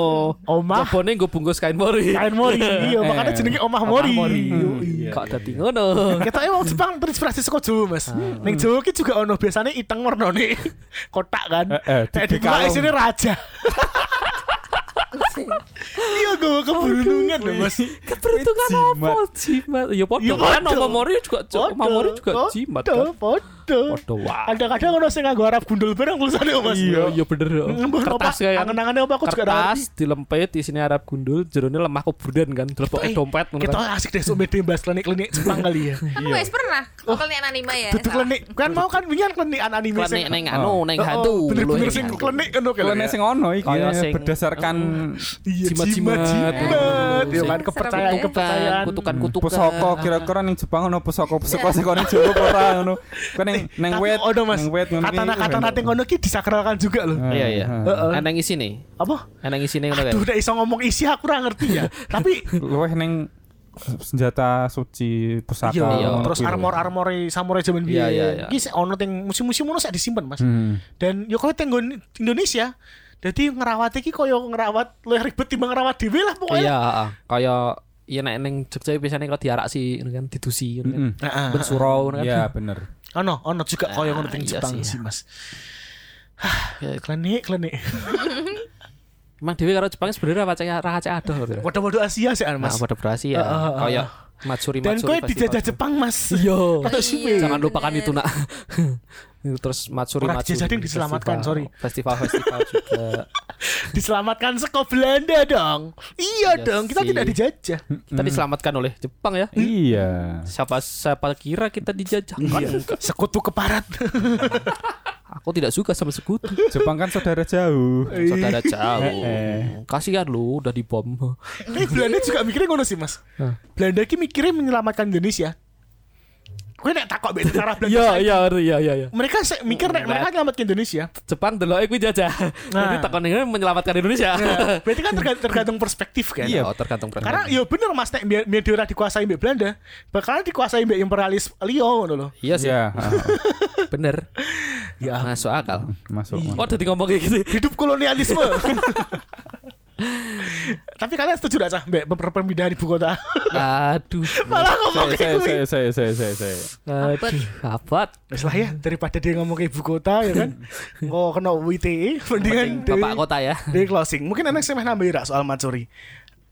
Speaker 2: Omah?
Speaker 1: Jebone nggo bungkus kain mori.
Speaker 2: Kain mori. Iya, makanya jenenge omah mori. Iya.
Speaker 1: Kok dadi ngono?
Speaker 2: Ketoknya e wong Jepang terinspirasi saka Jawa,
Speaker 1: Ah.
Speaker 2: Mas. Ning Jawa ki juga ono biasane iteng warnane kotak kan.
Speaker 3: Eh, eh,
Speaker 2: Nek di
Speaker 3: di- kalung.
Speaker 2: sini raja. Iya, gue keberuntungan loh, Mas.
Speaker 1: Keberuntungan apa
Speaker 3: Jimat.
Speaker 1: jimat? Ya
Speaker 2: Ya,
Speaker 1: podo kan
Speaker 2: podo.
Speaker 1: omah mori juga omah mori juga
Speaker 2: Podo,
Speaker 1: jimat
Speaker 2: podo,
Speaker 1: kan.
Speaker 2: Podo.
Speaker 1: Podo wae.
Speaker 2: Kadang-kadang ono sing nganggo Arab gundul bareng tulisane, Mas.
Speaker 1: Iya, iya bener.
Speaker 2: Mbah,
Speaker 1: Kertas
Speaker 2: Opa,
Speaker 1: kayak
Speaker 2: angen-angennya Opa, aku juga ada
Speaker 1: kertas dilempit di sini Arab gundul, jerone lemah kebruden kan, terus pakai dompet ngono
Speaker 2: Eh, Kita
Speaker 1: kan.
Speaker 2: asik deh sumpah deh bahas klinik-klinik Jepang kali ya.
Speaker 4: Kamu wis pernah? Kok nek anime ya?
Speaker 2: Duduk
Speaker 4: salah.
Speaker 2: klinik, kan mau kan wingi kan klinik an anime
Speaker 1: Klenik
Speaker 2: sing-
Speaker 1: neng anu, neng
Speaker 2: Oh, oh,
Speaker 1: hantu.
Speaker 2: Bener-bener
Speaker 1: Loh,
Speaker 2: sing
Speaker 1: hantu.
Speaker 2: klinik kan, ngono kali.
Speaker 3: Kalau
Speaker 2: ya.
Speaker 3: nek sing ono iki
Speaker 1: Kaya
Speaker 3: ya,
Speaker 1: sing- Oh.
Speaker 3: berdasarkan
Speaker 2: Iya,
Speaker 1: Jimat-jimat.
Speaker 2: jimat-jimat. banget yo kan
Speaker 4: Serem
Speaker 2: kepercayaan
Speaker 4: ya.
Speaker 2: kepercayaan.
Speaker 3: Hmm.
Speaker 1: kutukan-kutukan.
Speaker 3: pusaka
Speaker 2: Ah. ya.
Speaker 3: kira-kira ning Jepang ono pusaka-pusaka sing kono Jawa apa ora ngono. Kan ning ning
Speaker 2: Iya. Tapi
Speaker 3: wet,
Speaker 2: ono mas
Speaker 3: ning wet ngono
Speaker 2: katana
Speaker 3: ki-
Speaker 2: katana teng kono ki disakralkan juga loh.
Speaker 3: Heeh,
Speaker 1: Iya, iya.
Speaker 3: heeh.
Speaker 2: Heeh.
Speaker 1: Eneng isi nih.
Speaker 2: Apa?
Speaker 1: Eneng isi nih ngono kan.
Speaker 2: Aduh, udah iso ngomong isi aku ora ngerti ya. Tapi
Speaker 3: Luweh ning senjata suci pusaka.
Speaker 2: iya,
Speaker 1: iya.
Speaker 3: ngono
Speaker 2: terus
Speaker 3: kuwi lho.
Speaker 2: armor armor samurai zaman
Speaker 1: Iya,
Speaker 2: biyen.
Speaker 1: iya, iya.
Speaker 2: Iki sik ono teng musim-musim ono sak disimpen, Mas.
Speaker 3: Hmm.
Speaker 2: Dan yo kowe teng nggon Indonesia. Jadi ngerawat iki koyo ngerawat luwih ribet timbang ngerawat dhewe lah pokoknya.
Speaker 1: Iya, heeh. kaya iya nek ning Jogja biasane kok diarak sih ngono kan didusi ngono kan.
Speaker 3: Mm-mm.
Speaker 2: Heeh.
Speaker 1: Ben surau ngono kan.
Speaker 3: Iya, bener.
Speaker 2: Ono, ono juga koyo ngono teng
Speaker 1: iya
Speaker 2: Jepang
Speaker 1: sih,
Speaker 2: sih, Mas.
Speaker 1: Ya,
Speaker 2: Klenik, klenik.
Speaker 1: Emang dhewe karo Jepang sebenarnya pacarnya rahasia adoh lho.
Speaker 2: Waduh-waduh Asia sih kan,
Speaker 1: Nah,
Speaker 2: Mas.
Speaker 1: pada berhasil ya.
Speaker 2: Heeh, heeh, heeh.
Speaker 1: Kaya Matsuri
Speaker 2: Dan kowe
Speaker 1: Matsuri pasti
Speaker 2: dijajah
Speaker 1: tahu.
Speaker 2: Jepang, Mas.
Speaker 1: Iya.
Speaker 2: Kata Sube.
Speaker 4: Iya.
Speaker 1: Jangan lupakan itu nak. Terus Matsuri
Speaker 2: Orang
Speaker 1: Matsuri.
Speaker 2: dijajah yang diselamatkan, sorry.
Speaker 1: Festival festival juga.
Speaker 2: Diselamatkan seko Belanda dong.
Speaker 1: Iya
Speaker 2: Iya dong, kita
Speaker 1: sih.
Speaker 2: tidak dijajah.
Speaker 1: Kita diselamatkan oleh Jepang ya.
Speaker 3: Iya.
Speaker 1: Siapa siapa kira kita dijajah? Kan enggak.
Speaker 2: Sekutu keparat.
Speaker 1: Aku tidak suka sama sekutu.
Speaker 3: Jepang kan saudara jauh.
Speaker 1: Saudara jauh.
Speaker 3: Iya. Eh.
Speaker 1: Kasihan lu udah dibom.
Speaker 2: Tapi Belanda juga mikirnya ngono sih, Mas.
Speaker 1: Hah.
Speaker 2: Belanda ki mikirnya menyelamatkan Indonesia. Kowe nek takok mbek tentara Belanda.
Speaker 1: Iya iya iya iya iya.
Speaker 2: Mereka se- mikir nek mereka nyelamatkan Indonesia.
Speaker 1: Jepang delok iku jajah.
Speaker 3: Nah.
Speaker 1: Nanti takon ini menyelamatkan Indonesia.
Speaker 3: Iya.
Speaker 2: Berarti kan tergantung, tergantung perspektif kan.
Speaker 1: Iya, oh, tergantung perang.
Speaker 2: Karena ya bener Mas nek biar biar dia ora dikuasai mbek Belanda, bakalan dikuasai mbek imperialis Leo ngono lho.
Speaker 1: iya sih,
Speaker 3: Iya, heeh.
Speaker 1: bener. Ya, masuk akal.
Speaker 3: masuk.
Speaker 2: Iya.
Speaker 1: Oh, udah ngomong kayak gitu.
Speaker 2: Hidup kolonialisme. Tapi kalian setuju gak sah mbek per- pemindahan ibu kota?
Speaker 1: Aduh.
Speaker 2: Malah ngomong kayak gitu. gue.
Speaker 3: Saya saya saya saya saya saya.
Speaker 1: Aduh, abot.
Speaker 2: Wes lah ya daripada dia ngomong ke ibu kota ya kan. Kok kena UITE E, mendingan dari,
Speaker 1: Bapak kota ya.
Speaker 2: dari closing. Mungkin anak saya nambahin ra soal Matsuri.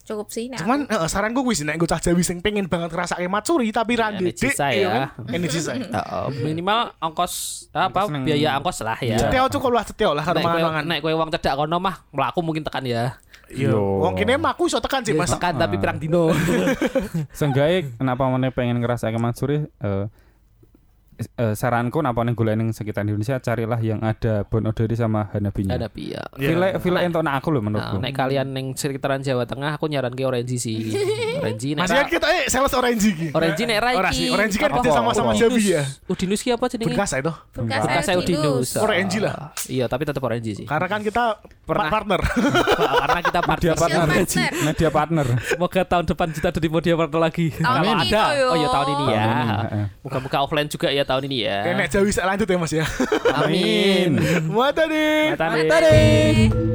Speaker 4: cukup sih nah
Speaker 2: Cuman eh, saran gue wis nek gue cah Jawi sing pengen banget ngerasake Matsuri tapi ra
Speaker 1: Energi
Speaker 2: gede
Speaker 1: saya.
Speaker 2: ya kan. Energi saya.
Speaker 1: Oh, minimal ongkos apa
Speaker 3: Ongkos neng-
Speaker 1: biaya ongkos lah ya.
Speaker 3: Iya.
Speaker 2: Setio cukup lah setio lah karo
Speaker 1: Naik kue,
Speaker 2: mangan-mangan.
Speaker 1: naik kue uang cedak kono mah melaku mungkin tekan ya.
Speaker 2: Yo. Wong kene mah aku iso tekan sih Mas.
Speaker 1: Iya, tekan tapi pirang dino.
Speaker 3: Senggae kenapa meneh pengen ngerasa ke Matsuri eh eh, saranku napa ning golek ning sekitar Indonesia carilah yang ada Bon Odori sama Hanabinya.
Speaker 1: Ada biaya.
Speaker 3: Villa villa entuk nak aku lho
Speaker 1: Iya. Nah,
Speaker 3: menurutku.
Speaker 1: naik kalian yang sekitaran Jawa Tengah aku nyaran ke Orange sih. Orange nek
Speaker 2: Masih kan kita eh sales orange iki.
Speaker 1: Orange nek ra
Speaker 2: Ora
Speaker 1: iki.
Speaker 2: sih, Orange kan
Speaker 1: apa?
Speaker 2: kerja sama-sama
Speaker 1: Udinus.
Speaker 2: Jabi ya.
Speaker 1: Udinus ki apa jenenge?
Speaker 2: Bekas itu.
Speaker 4: Berkas
Speaker 1: Bekas saya Udinus.
Speaker 2: Orange lah.
Speaker 1: Iya, tapi tetap Orange sih.
Speaker 2: Karena kan kita
Speaker 1: Pernah.
Speaker 2: pa- partner.
Speaker 1: Karena kita
Speaker 3: Media
Speaker 1: partner.
Speaker 3: partner.
Speaker 4: partner.
Speaker 3: Media partner.
Speaker 1: Semoga tahun depan kita ada di Modia Partner lagi.
Speaker 4: Tahun
Speaker 1: Kalau
Speaker 4: ini
Speaker 1: ada.
Speaker 4: toh, yo.
Speaker 1: Oh ya tahun ini ya.
Speaker 3: Tahun ini, heeh.
Speaker 1: Muka-muka offline juga ya tahun ini ya.
Speaker 2: Kayak nek Jawi saya lanjut ya Mas ya.
Speaker 1: Amin.
Speaker 2: Muat tadi.
Speaker 1: Mata
Speaker 4: Mata deh.